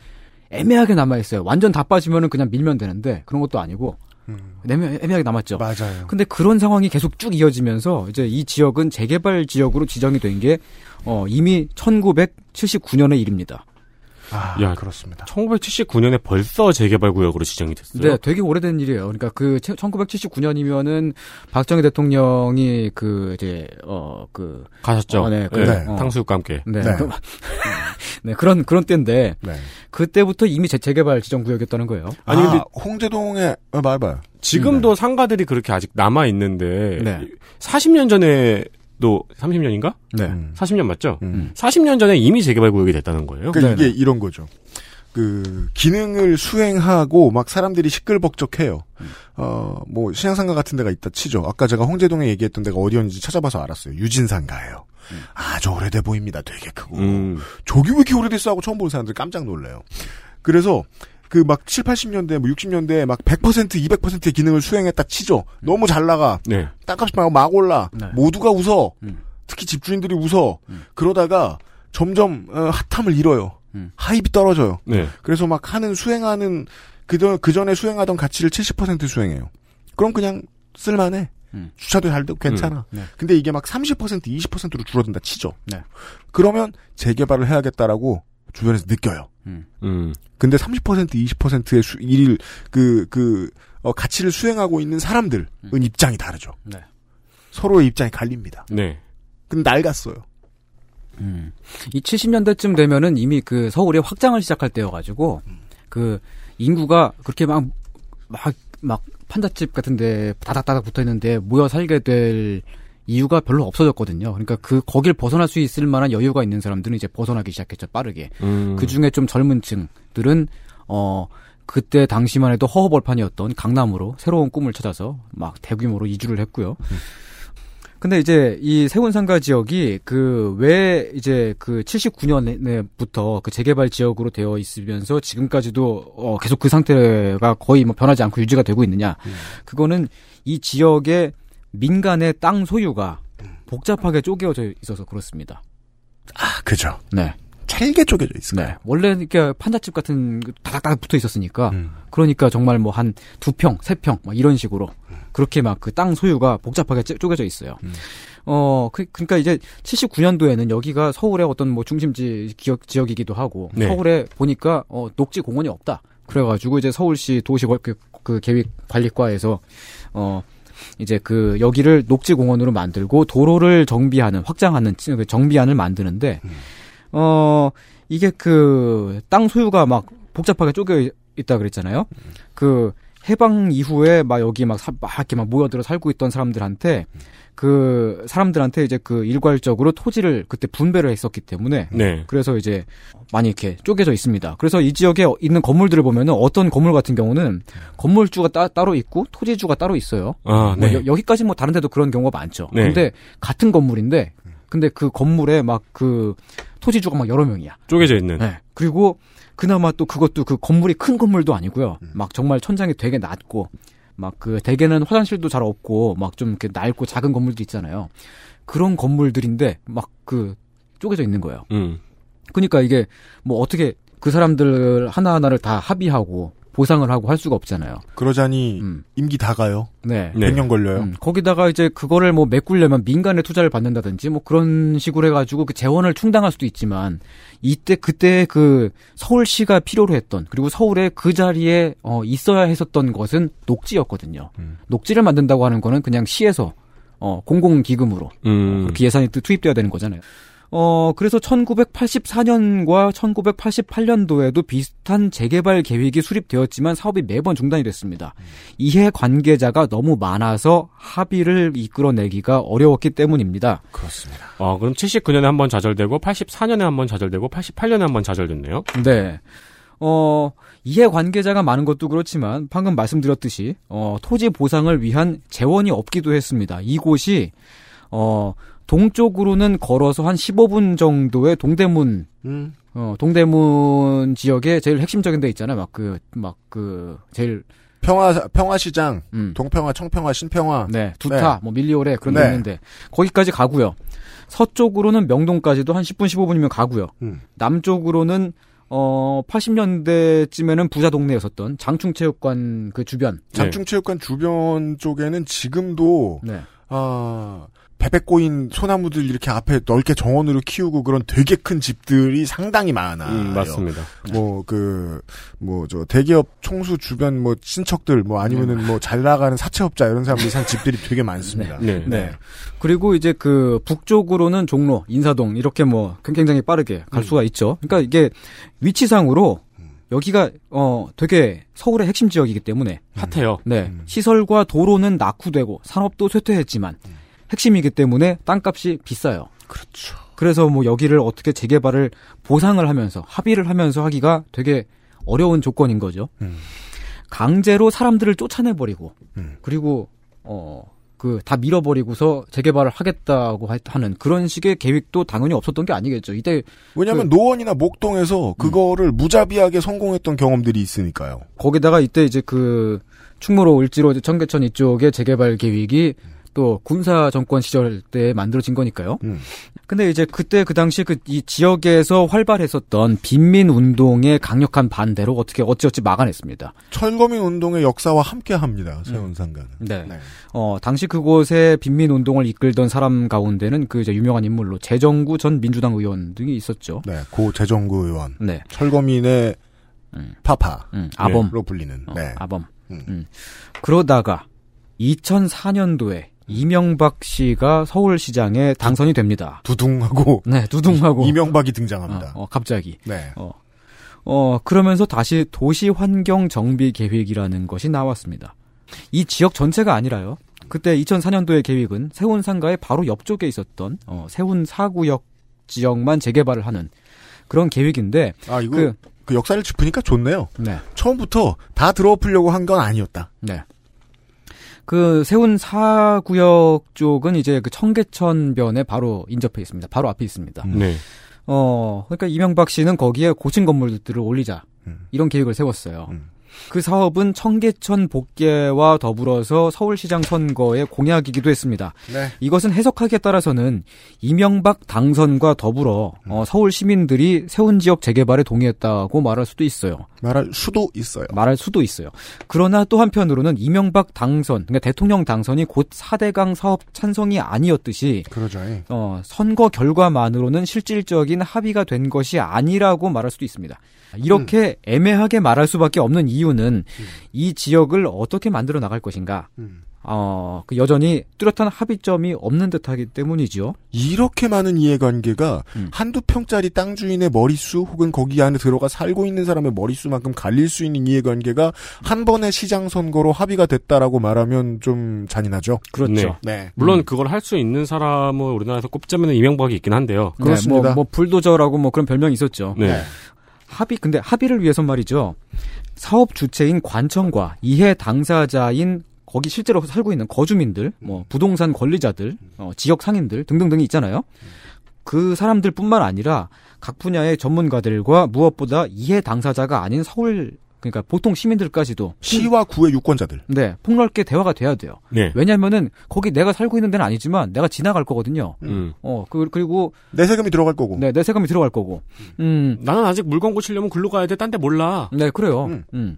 M: 애매하게 남아있어요. 완전 다 빠지면은 그냥 밀면 되는데 그런 것도 아니고. 애매, 애매하게
B: 음.
M: 남았죠.
B: 맞아요.
M: 근데 그런 상황이 계속 쭉 이어지면서 이제 이 지역은 재개발 지역으로 지정이 된 게, 어, 이미 1979년의 일입니다.
C: 야,
B: 아, 그렇습니다.
C: 1979년에 벌써 재개발 구역으로 지정이 됐어요.
M: 네, 되게 오래된 일이에요. 그러니까 그 1979년이면은 박정희 대통령이 그 이제 어그
C: 가셨죠.
M: 네, 그,
C: 네,
M: 어.
C: 탕수육과 함께.
M: 네.
C: 네.
M: 그, 네, 그런 그런 때인데 그때부터 이미 재- 재개발 지정 구역이었다는 거예요.
B: 네. 아니 근데 홍제동에 어, 말해봐요.
C: 지금도 상가들이 그렇게 아직 남아 있는데 40년 전에도 30년인가?
B: 네.
C: 40년 맞죠? 40년 전에 이미 재개발 구역이 됐다는 거예요.
B: 그러니까 이게 이런 거죠. 그 기능을 수행하고 막 사람들이 시끌벅적해요. 어뭐 신양상가 같은 데가 있다 치죠. 아까 제가 홍제동에 얘기했던 데가 어디였는지 찾아봐서 알았어요. 유진상가예요.
C: 네.
B: 음.
C: 음.
B: 아주 오래돼 보입니다. 되게 크고 조기 왜 이렇게 오래됐어 하고 처음 본 사람들 깜짝 놀래요. 그래서 그 막 7, 80년대, 뭐 60년대 막 100%, 200%의 기능을 수행했다 치죠. 너무 잘 나가.
C: 네.
B: 땅값이 막, 막 올라.
Q: 네.
B: 모두가 웃어.
Q: 음.
B: 특히 집주인들이 웃어. 그러다가 점점 어, 핫함을 잃어요.
Q: 음.
B: 하입이 떨어져요.
C: 네.
B: 그래서 막 하는 수행하는 그전 그 전에 수행하던 가치를 70% 수행해요. 그럼 그냥 쓸만해. 주차도 잘 되고 괜찮아.
Q: 음. 네.
B: 근데 이게 막 30%, 20%로 줄어든다 치죠.
Q: 네.
B: 그러면 재개발을 해야겠다라고 주변에서 느껴요.
C: 음.
B: 근데 30% 20%의 수, 일일 그, 그, 어, 가치를 수행하고 있는 사람들은 입장이 다르죠.
Q: 네.
B: 서로의 입장이 갈립니다.
C: 네.
B: 근데 낡았어요.
M: 음. 이 70년대쯤 되면은 이미 그 서울이 확장을 시작할 때여가지고 그 인구가 그렇게 막 막 막 판잣집 같은데 다닥다닥 붙어있는데 모여 살게 될 이유가 별로 없어졌거든요. 그러니까 그 거길 벗어날 수 있을 만한 여유가 있는 사람들은 이제 벗어나기 시작했죠. 빠르게.
C: 음.
M: 그 중에 좀 젊은층들은 어 그때 당시만 해도 허허벌판이었던 강남으로 새로운 꿈을 찾아서 막 대규모로 이주를 했고요. 음. 근데 이제 이 세운상가 지역이 그 왜 이제 그 79년에부터 그 재개발 지역으로 되어 있으면서 지금까지도 어 계속 그 상태가 거의 뭐 변하지 않고 유지가 되고 있느냐? 그거는 이 지역의 민간의 땅 소유가 복잡하게 쪼개어져 있어서 그렇습니다.
B: 아, 그죠.
M: 네.
B: 잘게 쪼개져 있어요.
M: 네. 원래 그러니까 판잣집 같은 그 다닥다닥 붙어 있었으니까
B: 음.
M: 그러니까 정말 뭐 한 두 평, 세 평 막 이런 식으로 그렇게 막 그 땅 소유가 복잡하게 쪼- 쪼개져 있어요. 어, 그, 그러니까 이제 79년도에는 여기가 서울의 어떤 뭐 중심지 기역, 지역이기도 하고
Q: 네.
M: 서울에 보니까 어, 녹지 공원이 없다. 그래가지고 이제 서울시 도시 관- 그, 그 계획 관리과에서 어 이제 그 여기를 녹지 공원으로 만들고 도로를 정비하는 확장하는 지- 그 정비안을 만드는데 어 이게 그 땅 소유가 막 복잡하게 쪼개 있다 그랬잖아요. 그 해방 이후에 막 여기 막, 사- 막 이렇게 막 모여들어 살고 있던 사람들한테 그 사람들한테 이제 그 일괄적으로 토지를 그때 분배를 했었기 때문에
C: 네.
M: 그래서 이제 많이 이렇게 쪼개져 있습니다. 그래서 이 지역에 있는 건물들을 보면은 어떤 건물 같은 경우는 건물주가 따, 따로 있고 토지주가 따로 있어요.
C: 아,
M: 뭐
C: 네.
M: 여, 기까지뭐 다른 데도 그런 경우가 많죠.
C: 네.
M: 근데 같은 건물인데 근데 그 건물에 막 그 토지주가 막 여러 명이야.
C: 쪼개져 있는.
M: 네. 그리고 그나마 또 그것도 그 건물이 큰 건물도 아니고요. 막 정말 천장이 되게 낮고 막 그 대개는 화장실도 잘 없고 막 좀 이렇게 낡고 작은 건물도 있잖아요. 그런 건물들인데 막 그 쪼개져 있는 거예요.
C: 음.
M: 그러니까 이게 뭐 어떻게 그 사람들 하나하나를 다 합의하고 보상을 하고 할 수가 없잖아요.
B: 그러자니 임기 다 가요.
M: 음. 네.
B: 100년 걸려요.
M: 음, 거기다가 이제 그거를 뭐 메꾸려면 민간의 투자를 받는다든지 뭐 그런 식으로 해가지고 그 재원을 충당할 수도 있지만 이때 그때 그 서울시가 필요로 했던 그리고 서울에 그 자리에 어, 있어야 했었던 것은 녹지였거든요.
B: 음.
M: 녹지를 만든다고 하는 거는 그냥 시에서 어, 공공기금으로
C: 음.
M: 그렇게 예산이 또 투입돼야 되는 거잖아요. 어, 그래서 1984년과 1988년도에도 비슷한 재개발 계획이 수립되었지만 사업이 매번 중단이 됐습니다. 이해 관계자가 너무 많아서 합의를 이끌어내기가 어려웠기 때문입니다.
B: 그렇습니다.
C: 아, 그럼 79년에 한 번 좌절되고 84년에 한 번 좌절되고 88년에 한 번 좌절됐네요.
M: 네. 어, 이해 관계자가 많은 것도 그렇지만 방금 말씀드렸듯이 어, 토지 보상을 위한 재원이 없기도 했습니다. 이곳이 어, 동쪽으로는 걸어서 한 15분 정도의 동대문
B: 음.
M: 어, 동대문 지역에 제일 핵심적인 데 있잖아요. 막 그, 막 그, 제일.
B: 평화, 평화시장,
M: 음.
B: 동평화, 청평화, 신평화.
M: 네, 두타, 뭐 밀리오레 그런 데
B: 네.
M: 있는데. 거기까지 가고요. 서쪽으로는 명동까지도 한 10분, 15분이면 가고요.
B: 음.
M: 남쪽으로는 어 80년대쯤에는 부자 동네였었던 장충체육관 그 주변.
B: 장충체육관 주변 쪽에는 지금도
M: 네.
B: 아 베베 꼬인 소나무들 이렇게 앞에 넓게 정원으로 키우고 그런 되게 큰 집들이 상당히 많아요.
C: 음, 맞습니다.
B: 뭐 그 뭐 저 대기업 총수 주변 뭐 친척들 뭐 아니면은 뭐 잘 나가는 사채업자 이런 사람들이 산 집들이 되게 많습니다.
C: 네.
M: 네. 그리고 이제 그 북쪽으로는 종로, 인사동 이렇게 뭐 굉장히 빠르게 갈 수가 있죠. 그러니까 이게 위치상으로 여기가 어 되게 서울의 핵심 지역이기 때문에
C: 핫해요.
M: 네.
B: 음.
M: 시설과 도로는 낙후되고 산업도 쇠퇴했지만 핵심이기 때문에 땅값이 비싸요.
B: 음. 그렇죠.
M: 그래서 뭐 여기를 어떻게 재개발을 보상을 하면서 합의를 하면서 하기가 되게 어려운 조건인
B: 음.
M: 거죠. 강제로 사람들을 쫓아내버리고 그리고 어 그 다 밀어버리고서 재개발을 하겠다고 하는 그런 식의 계획도 당연히 없었던 게 아니겠죠. 이때
B: 왜냐하면 그, 노원이나 목동에서 그거를 음. 무자비하게 성공했던 경험들이 있으니까요.
M: 거기다가 이때 이제 그 충무로 을지로 청계천 이쪽의 재개발 계획이 또 군사 정권 시절 때 만들어진 거니까요. 음. 근데 이제 그때 그 당시 그 이 지역에서 활발했었던 빈민 운동의 강력한 반대로 어떻게 어찌어찌 막아냈습니다.
B: 철거민 운동의 역사와 함께합니다. 세운상가는. 음.
M: 네. 네. 어 당시 그곳에 빈민 운동을 이끌던 사람 가운데는 그 이제 유명한 인물로 재정구 전 민주당 의원 등이 있었죠.
B: 네, 고 재정구 의원. 네. 철거민의 음. 파파로 음.
M: 아범로
B: 불리는.
M: 어, 네. 아범.
B: 음.
M: 그러다가 2004년도에
B: 음.
M: 이명박 씨가 서울시장에 당선이 됩니다.
B: 두둥하고.
M: 네, 두둥하고.
B: 이명박이 등장합니다.
M: 어, 어, 갑자기.
B: 네.
M: 어, 어, 그러면서 다시 도시환경정비계획이라는 것이 나왔습니다. 이 지역 전체가 아니라요. 그때 2004년도의 계획은 세운상가의 바로 옆쪽에 있었던 어, 세운 사구역 지역만 재개발을 하는 그런 계획인데.
B: 아, 이거 그, 그 역사를 짚으니까 좋네요.
M: 네.
B: 처음부터 다 들어엎으려고 한 건 아니었다.
M: 네. 그 세운 사구역 쪽은 이제 그 청계천변에 바로 인접해 있습니다. 바로 앞에 있습니다.
B: 네.
M: 어, 그러니까 이명박 씨는 거기에 고층 건물들을 올리자. 음. 이런 계획을 세웠어요. 음. 그 사업은 청계천 복개와 더불어서 서울시장 선거의 공약이기도 했습니다.
B: 네.
M: 이것은 해석하기에 따라서는 이명박 당선과 더불어 음. 어, 서울 시민들이 세운 지역 재개발에 동의했다고 말할 수도 있어요.
B: 말할 수도 있어요.
M: 말할 수도 있어요. 그러나 또 한편으로는 이명박 당선, 그러니까 대통령 당선이 곧 4대강 사업 찬성이 아니었듯이
B: 그러죠. 예.
M: 어, 선거 결과만으로는 실질적인 합의가 된 것이 아니라고 말할 수도 있습니다. 이렇게 음. 애매하게 말할 수밖에 없는 이유는 음. 이 지역을 어떻게 만들어 나갈 것인가. 음. 어, 그 여전히 뚜렷한 합의점이 없는 듯하기 때문이죠. 네,
B: 이렇게 많은 이해관계가 한두 평짜리 땅 주인의 머릿수 혹은 거기 안에 들어가 살고 있는 사람의 머릿수만큼 갈릴 수 있는 이해관계가 한 번의 시장 선거로 합의가 됐다라고 말하면 좀 잔인하죠.
M: 그렇죠.
B: 네. 네.
C: 물론 그걸 할 수 있는 사람은 우리나라에서 꼽자면 이명박이 있긴 한데요.
M: 네, 그렇습니다. 뭐, 뭐, 불도저라고 뭐 그런 별명이 있었죠.
C: 네. 네.
M: 합의 근데 합의를 위해서 말이죠. 사업 주체인 관청과 이해 당사자인 거기 실제로 살고 있는 거주민들, 뭐 부동산 권리자들, 어, 지역 상인들 등등등이 있잖아요. 그 사람들뿐만 아니라 각 분야의 전문가들과 무엇보다 이해 당사자가 아닌 서울 그러니까 보통 시민들까지도
B: 시와 구의 유권자들.
M: 네, 폭넓게 대화가 돼야 돼요.
B: 네.
M: 왜냐면은 거기 내가 살고 있는 데는 아니지만 내가 지나갈 거거든요.
B: 음.
M: 어, 그, 그리고
B: 내 세금이 들어갈 거고.
M: 네, 내 세금이 들어갈 거고. 음.
C: 나는 아직 물건 고치려면 글로 가야 돼. 딴 데 몰라.
M: 네, 그래요. 음. 음.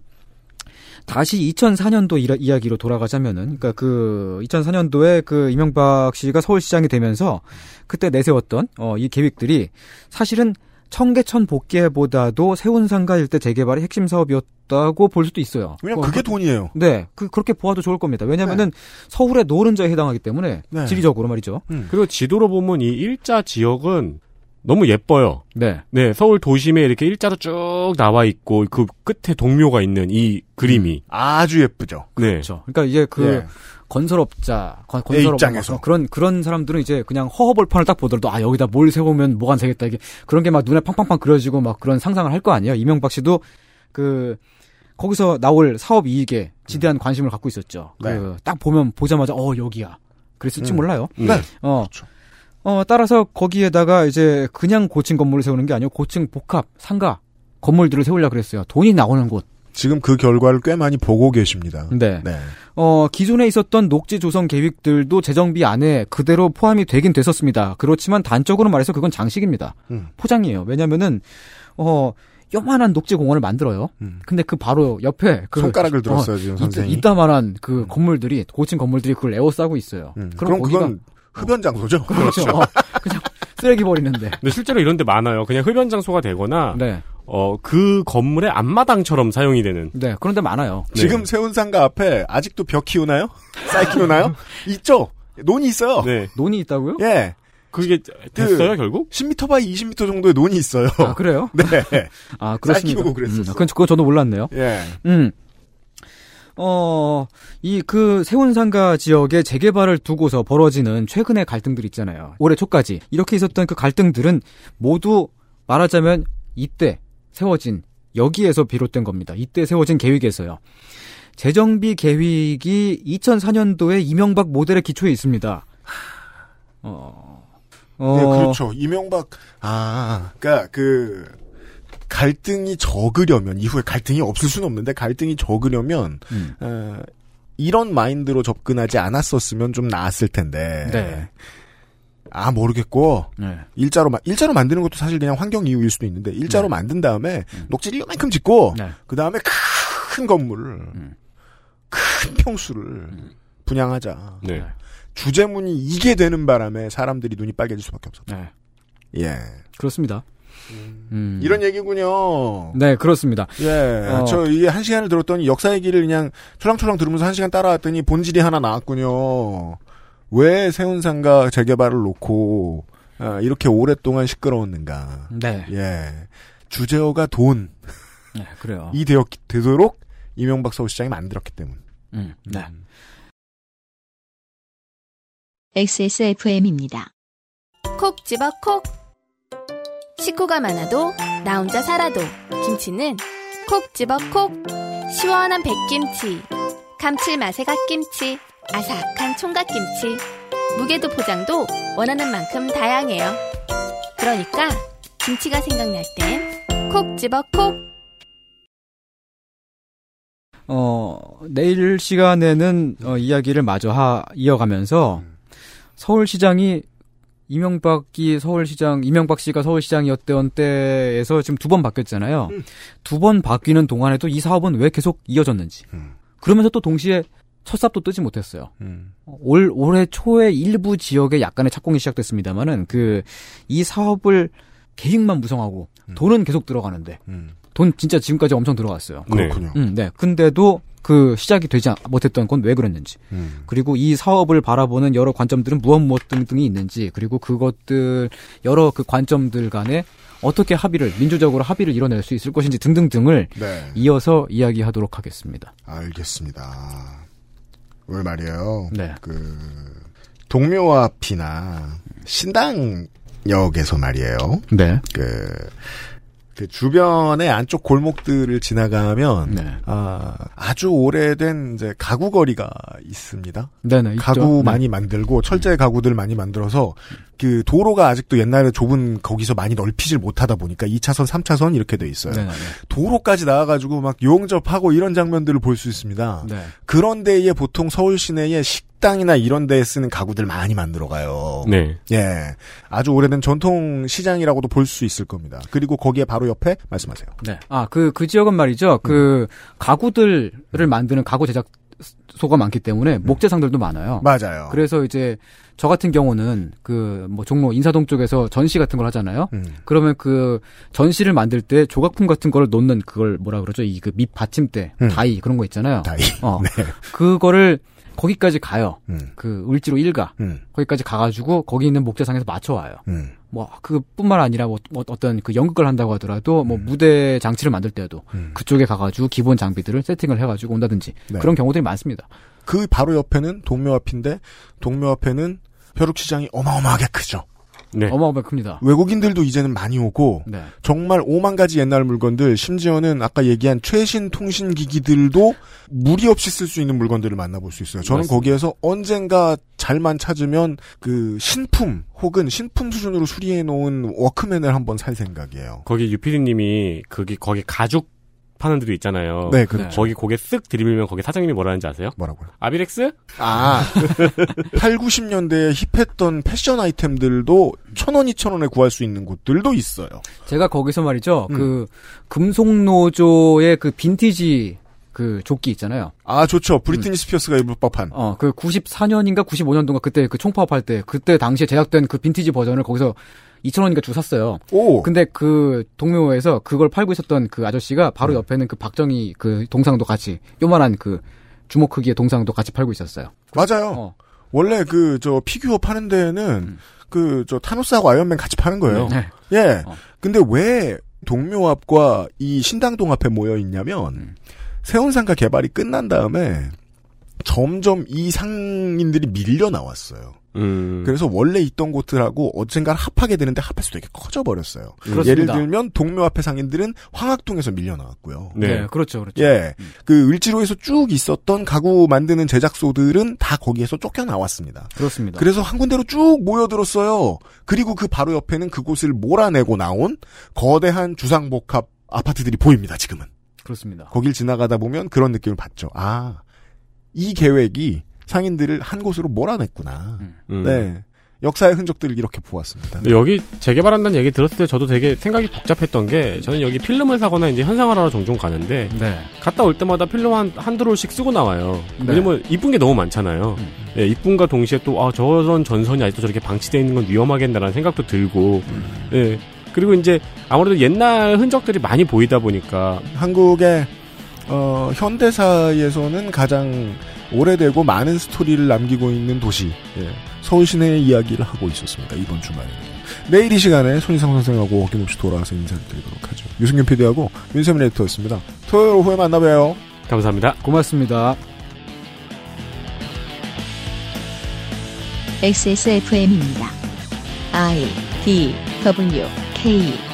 M: 다시 2004년도 이라, 이야기로 돌아가자면은, 그니까 그, 2004년도에 그 이명박 씨가 서울시장이 되면서 그때 내세웠던, 어, 이 계획들이 사실은 청계천 복개보다도 세운상가 일대 재개발의 핵심 사업이었다고 볼 수도 있어요. 뭐
B: 왜냐면 그게 돈이에요.
M: 네, 그, 그렇게 보아도 좋을 겁니다. 왜냐면은 네. 서울의 노른자에 해당하기 때문에 네. 지리적으로 말이죠.
C: 음. 그리고 지도로 보면 이 일자 지역은 너무 예뻐요.
M: 네.
C: 네, 서울 도심에 이렇게 일자로 쭉 나와 있고 그 끝에 동묘가 있는 이 그림이
B: 음. 아주 예쁘죠.
M: 네. 그렇죠. 예, 그러니까 이제 그 네. 건설업자, 건, 건설업
B: 입장에서
M: 그런 그런 사람들은 이제 그냥 허허벌판을 딱 보더라도 아 여기다 뭘 세우면 뭐가 안 되겠다 이게 그런 게 막 눈에 팡팡팡 그려지고 막 그런 상상을 할 거 아니에요. 이명박 씨도 그 거기서 나올 사업 이익에 지대한 관심을 갖고 있었죠.
B: 네.
M: 그딱 보면 보자마자 어 여기야. 그랬을지 음. 몰라요.
B: 네.
M: 어. 그렇죠. 어, 따라서 거기에다가 이제 그냥 고층 건물을 세우는 게 아니고 고층 복합, 상가, 건물들을 세우려 그랬어요. 돈이 나오는 곳.
B: 지금 그 결과를 꽤 많이 보고 계십니다.
M: 네. 네. 어, 기존에 있었던 녹지 조성 계획들도 재정비 안에 그대로 포함이 되긴 됐었습니다. 그렇지만 단적으로 말해서 그건 장식입니다. 음. 포장이에요. 왜냐면은, 어, 요만한 녹지 공원을 만들어요. 음. 근데 그 바로 옆에 그
B: 손가락을 들었어요, 어, 지금 선생님.
M: 이따만한 그 건물들이 고층 건물들이 그걸 에워싸고 있어요.
B: 음. 그럼, 그럼 그건 흡연 장소죠.
M: 그렇죠. 어, 그냥 쓰레기 버리는데.
C: 근데 실제로 이런 데 많아요. 그냥 흡연 장소가
B: 아.
C: 되거나
M: 네.
C: 어, 그 건물의 앞마당처럼 사용이 되는.
M: 네, 그런 데 많아요.
B: 네. 지금 세운상가 앞에 아직도 벽 키우나요? 쌀 키우나요? 있죠. 논이 있어요.
C: 네.
M: 논이 있다고요?
B: 예.
C: 그게 됐어요 그, 결국?
B: 10m 바이 20m 정도의 논이 있어요.
M: 아 그래요?
B: 네.
M: 아 그렇습니다.
B: 키우고 그랬었어. 음,
M: 그건 그거 저도 몰랐네요.
B: 예.
M: 음. 어, 이 그 세운상가 지역의 재개발을 두고서 벌어지는 최근의 갈등들 있잖아요. 올해 초까지. 이렇게 있었던 그 갈등들은 모두 말하자면 이때 세워진, 여기에서 비롯된 겁니다. 이때 세워진 계획에서요. 재정비 계획이 2004년도에 이명박 모델의 기초에 있습니다.
B: 어, 어... 네, 그렇죠. 이명박 아, 그러니까 그 갈등이 적으려면 이후에 갈등이 없을 수는 없는데 갈등이 적으려면 음. 어, 이런 마인드로 접근하지 않았었으면 좀 나았을 텐데. 네. 아 모르겠고 네. 일자로 마, 일자로 만드는 것도 사실 그냥 환경 이유일 수도 있는데 일자로 네. 만든 다음에 음. 녹지를 이만큼 짓고 그 다음에 큰 건물을 음. 큰 평수를 분양하자. 주제문이 이게 되는 바람에 사람들이 눈이 빨개질 수밖에 없었다. 예.
M: 네. 그렇습니다.
B: 음. 이런 얘기군요.
M: 네, 그렇습니다.
B: 예. 어. 저 이게 한 시간을 들었더니 역사 얘기를 그냥 초랑초랑 들으면서 한 시간 따라왔더니 본질이 하나 나왔군요. 왜 세운상가 재개발을 놓고 아, 이렇게 오랫동안 시끄러웠는가.
M: 네.
B: 예. 주제어가 돈.
M: 네, 그래요.
B: 이 되었, 되도록 이명박 서울시장이 만들었기 때문.
M: 음, 네. 음.
R: XSFM입니다.
D: 콕 집어 콕. 식구가 많아도 나 혼자 살아도 김치는 콕 집어 콕 시원한 백김치 감칠맛의 갓김치 아삭한 총각김치 무게도 포장도 원하는 만큼 다양해요 그러니까 김치가 생각날 땐 콕 집어 콕
M: 어, 내일 시간에는 어, 이야기를 마저 하, 이어가면서 서울시장이 이명박이 서울시장, 이명박 씨가 서울시장이었던 때에서 지금 두 번 바뀌었잖아요. 음. 두번 바뀌는 동안에도 이 사업은 왜 계속 이어졌는지. 음. 그러면서 또 동시에 첫삽도 뜨지 못했어요. 음. 올 올해 초에 일부 지역에 약간의 착공이 시작됐습니다만은 그 이 사업을 계획만 무성하고
B: 음.
M: 돈은 계속 들어가는데 돈 진짜 지금까지 엄청 들어갔어요.
B: 그렇군요.
M: 네. 네. 근데도 그 시작이 되지 못했던 건 왜 그랬는지 음. 그리고 이 사업을 바라보는 여러 관점들은 무엇 무엇 등등이 있는지 그리고 그것들 여러 그 관점들 간에 어떻게 합의를 민주적으로 합의를 이뤄낼 수 있을 것인지 등등등을
B: 음.
M: 네. 이어서 이야기하도록 하겠습니다.
B: 알겠습니다. 왜 말이에요?
M: 네.
B: 그 동묘 앞이나 신당역에서 말이에요.
M: 네.
B: 그, 그 주변의 안쪽 골목들을 지나가면 네. 아, 아주 오래된 이제 가구 거리가 있습니다.
M: 네네,
B: 가구
M: 있죠.
B: 많이 만들고 철제 가구들 많이 만들어서 그 도로가 아직도 옛날에 좁은 거기서 많이 넓히질 못하다 보니까 2차선, 3차선 이렇게 돼 있어요.
M: 네네.
B: 도로까지 나와가지고 막 용접하고 이런 장면들을 볼 수 있습니다.
M: 네.
B: 그런 데에 보통 서울 시내에 식당이나 이런 데에 쓰는 가구들 많이 만들어 가요.
C: 네.
B: 예. 아주 오래된 전통 시장이라고도 볼 수 있을 겁니다. 그리고 거기에 바로 옆에 말씀하세요.
M: 네. 아, 그, 그 지역은 말이죠. 그, 음. 가구들을 만드는 가구 제작 소가 많기 때문에 목재상들도 많아요.
B: 맞아요.
M: 어. 그래서 이제 저 같은 경우는 그 뭐 종로 인사동 쪽에서 전시 같은 걸 하잖아요. 음. 그러면 그 전시를 만들 때 조각품 같은 거를 놓는 그걸 뭐라 그러죠? 이 그 밑 받침대, 음. 다이 그런 거 있잖아요.
B: 다이.
M: 어. 네. 그거를 거기까지 가요. 음. 그 을지로 1가.
B: 음.
M: 거기까지 가 가지고 거기 있는 목재상에서 맞춰 와요. 뭐 그뿐만 아니라 뭐, 어떤 그 연극을 한다고 하더라도 뭐 음. 무대 장치를 만들 때도 음. 그쪽에 가가지고 기본 장비들을 세팅을 해가지고 온다든지 네. 그런 경우들이 많습니다.
B: 그 바로 옆에는 동묘 앞인데 동묘 앞에는 벼룩시장이 어마어마하게 크죠.
M: 네. 어마어마하게 큽니다.
B: 외국인들도 이제는 많이 오고 네. 정말 5만 가지 옛날 물건들 심지어는 아까 얘기한 최신 통신 기기들도 무리 없이 쓸 수 있는 물건들을 만나볼 수 있어요. 저는 맞습니다. 거기에서 언젠가 잘만 찾으면 그 신품 혹은 신품 수준으로 수리해 놓은 워크맨을 한번 살 생각이에요.
C: 거기 유피디님이 거기 거기 가죽 파는 데도 있잖아요.
B: 네, 그렇죠.
C: 거기 고개 쓱 들이밀면 거기 사장님이 뭐라는지 아세요?
B: 뭐라고요?
C: 아비렉스?
B: 아, 8, 90년대에 힙했던 패션 아이템들도 천 원, 이천 원에 구할 수 있는 곳들도 있어요.
M: 제가 거기서 말이죠. 음. 그 금속노조의 그 빈티지 그 조끼 있잖아요.
B: 아, 좋죠. 브리트니 음. 스피어스가 입을 법한.
M: 어, 그 94년인가 95년도인가 그때 그 총파업할 때 그때 당시에 제작된 그 빈티지 버전을 거기서 2,000원인가 주 샀어요.
B: 오.
M: 근데 그 동묘에서 그걸 팔고 있었던 그 아저씨가 바로 음. 옆에는 그 박정희 그 동상도 같이 요만한 그 주먹 크기의 동상도 같이 팔고 있었어요.
B: 맞아요. 어. 원래 그 저 피규어 파는 데는 음. 그저 타노스하고 아이언맨 같이 파는 거예요.
M: 네.
B: 예. 어. 근데 왜 동묘 앞과 음. 이 신당동 앞에 모여 있냐면 세운상가 개발이 끝난 다음에 점점 이 상인들이 밀려 나왔어요. 음. 그래서 원래 있던 곳들하고 언젠가 합하게 되는데 합할수 되게 커져 버렸어요. 예를 들면 동묘 앞에 상인들은 황학동에서 밀려 나왔고요.
L: 네. 네. 그렇죠, 그렇죠.
B: 예, 그 을지로에서 쭉 있었던 가구 만드는 제작소들은 다 거기에서 쫓겨 나왔습니다.
L: 그렇습니다.
B: 그래서 한 군데로 쭉 모여들었어요. 그리고 그 바로 옆에는 그곳을 몰아내고 나온 거대한 주상복합 아파트들이 보입니다. 지금은.
L: 그렇습니다.
B: 거길 지나가다 보면 그런 느낌을 받죠. 아, 이 계획이 상인들을 한 곳으로 몰아냈구나. 음. 네. 역사의 흔적들을 이렇게 보았습니다.
C: 여기 재개발한다는 얘기 들었을 때 저도 되게 생각이 복잡했던 게 저는 여기 필름을 사거나 이제 현상을 하러 종종 가는데 네. 갔다 올 때마다 필름 한, 한두 롤씩 쓰고 나와요. 네. 왜냐면 이쁜 게 너무 많잖아요. 음. 네, 이쁨과 동시에 또 아, 저런 전선이 아직도 저렇게 방치되어 있는 건 위험하겠다라는 생각도 들고 음. 네. 그리고 이제 아무래도 옛날 흔적들이 많이 보이다 보니까
B: 한국의 어, 현대사에서는 가장 오래되고 많은 스토리를 남기고 있는 도시 예. 서울 시내의 이야기를 하고 있었습니다 이번 주말에 내일 이 시간에 손희상 선생하고 어김없이 돌아와서 인사를 드리도록 하죠 유승균 PD하고 윤세민 에디터였습니다 토요일 오후에 만나봬요
C: 감사합니다
L: 고맙습니다
S: XSFM입니다 I D W K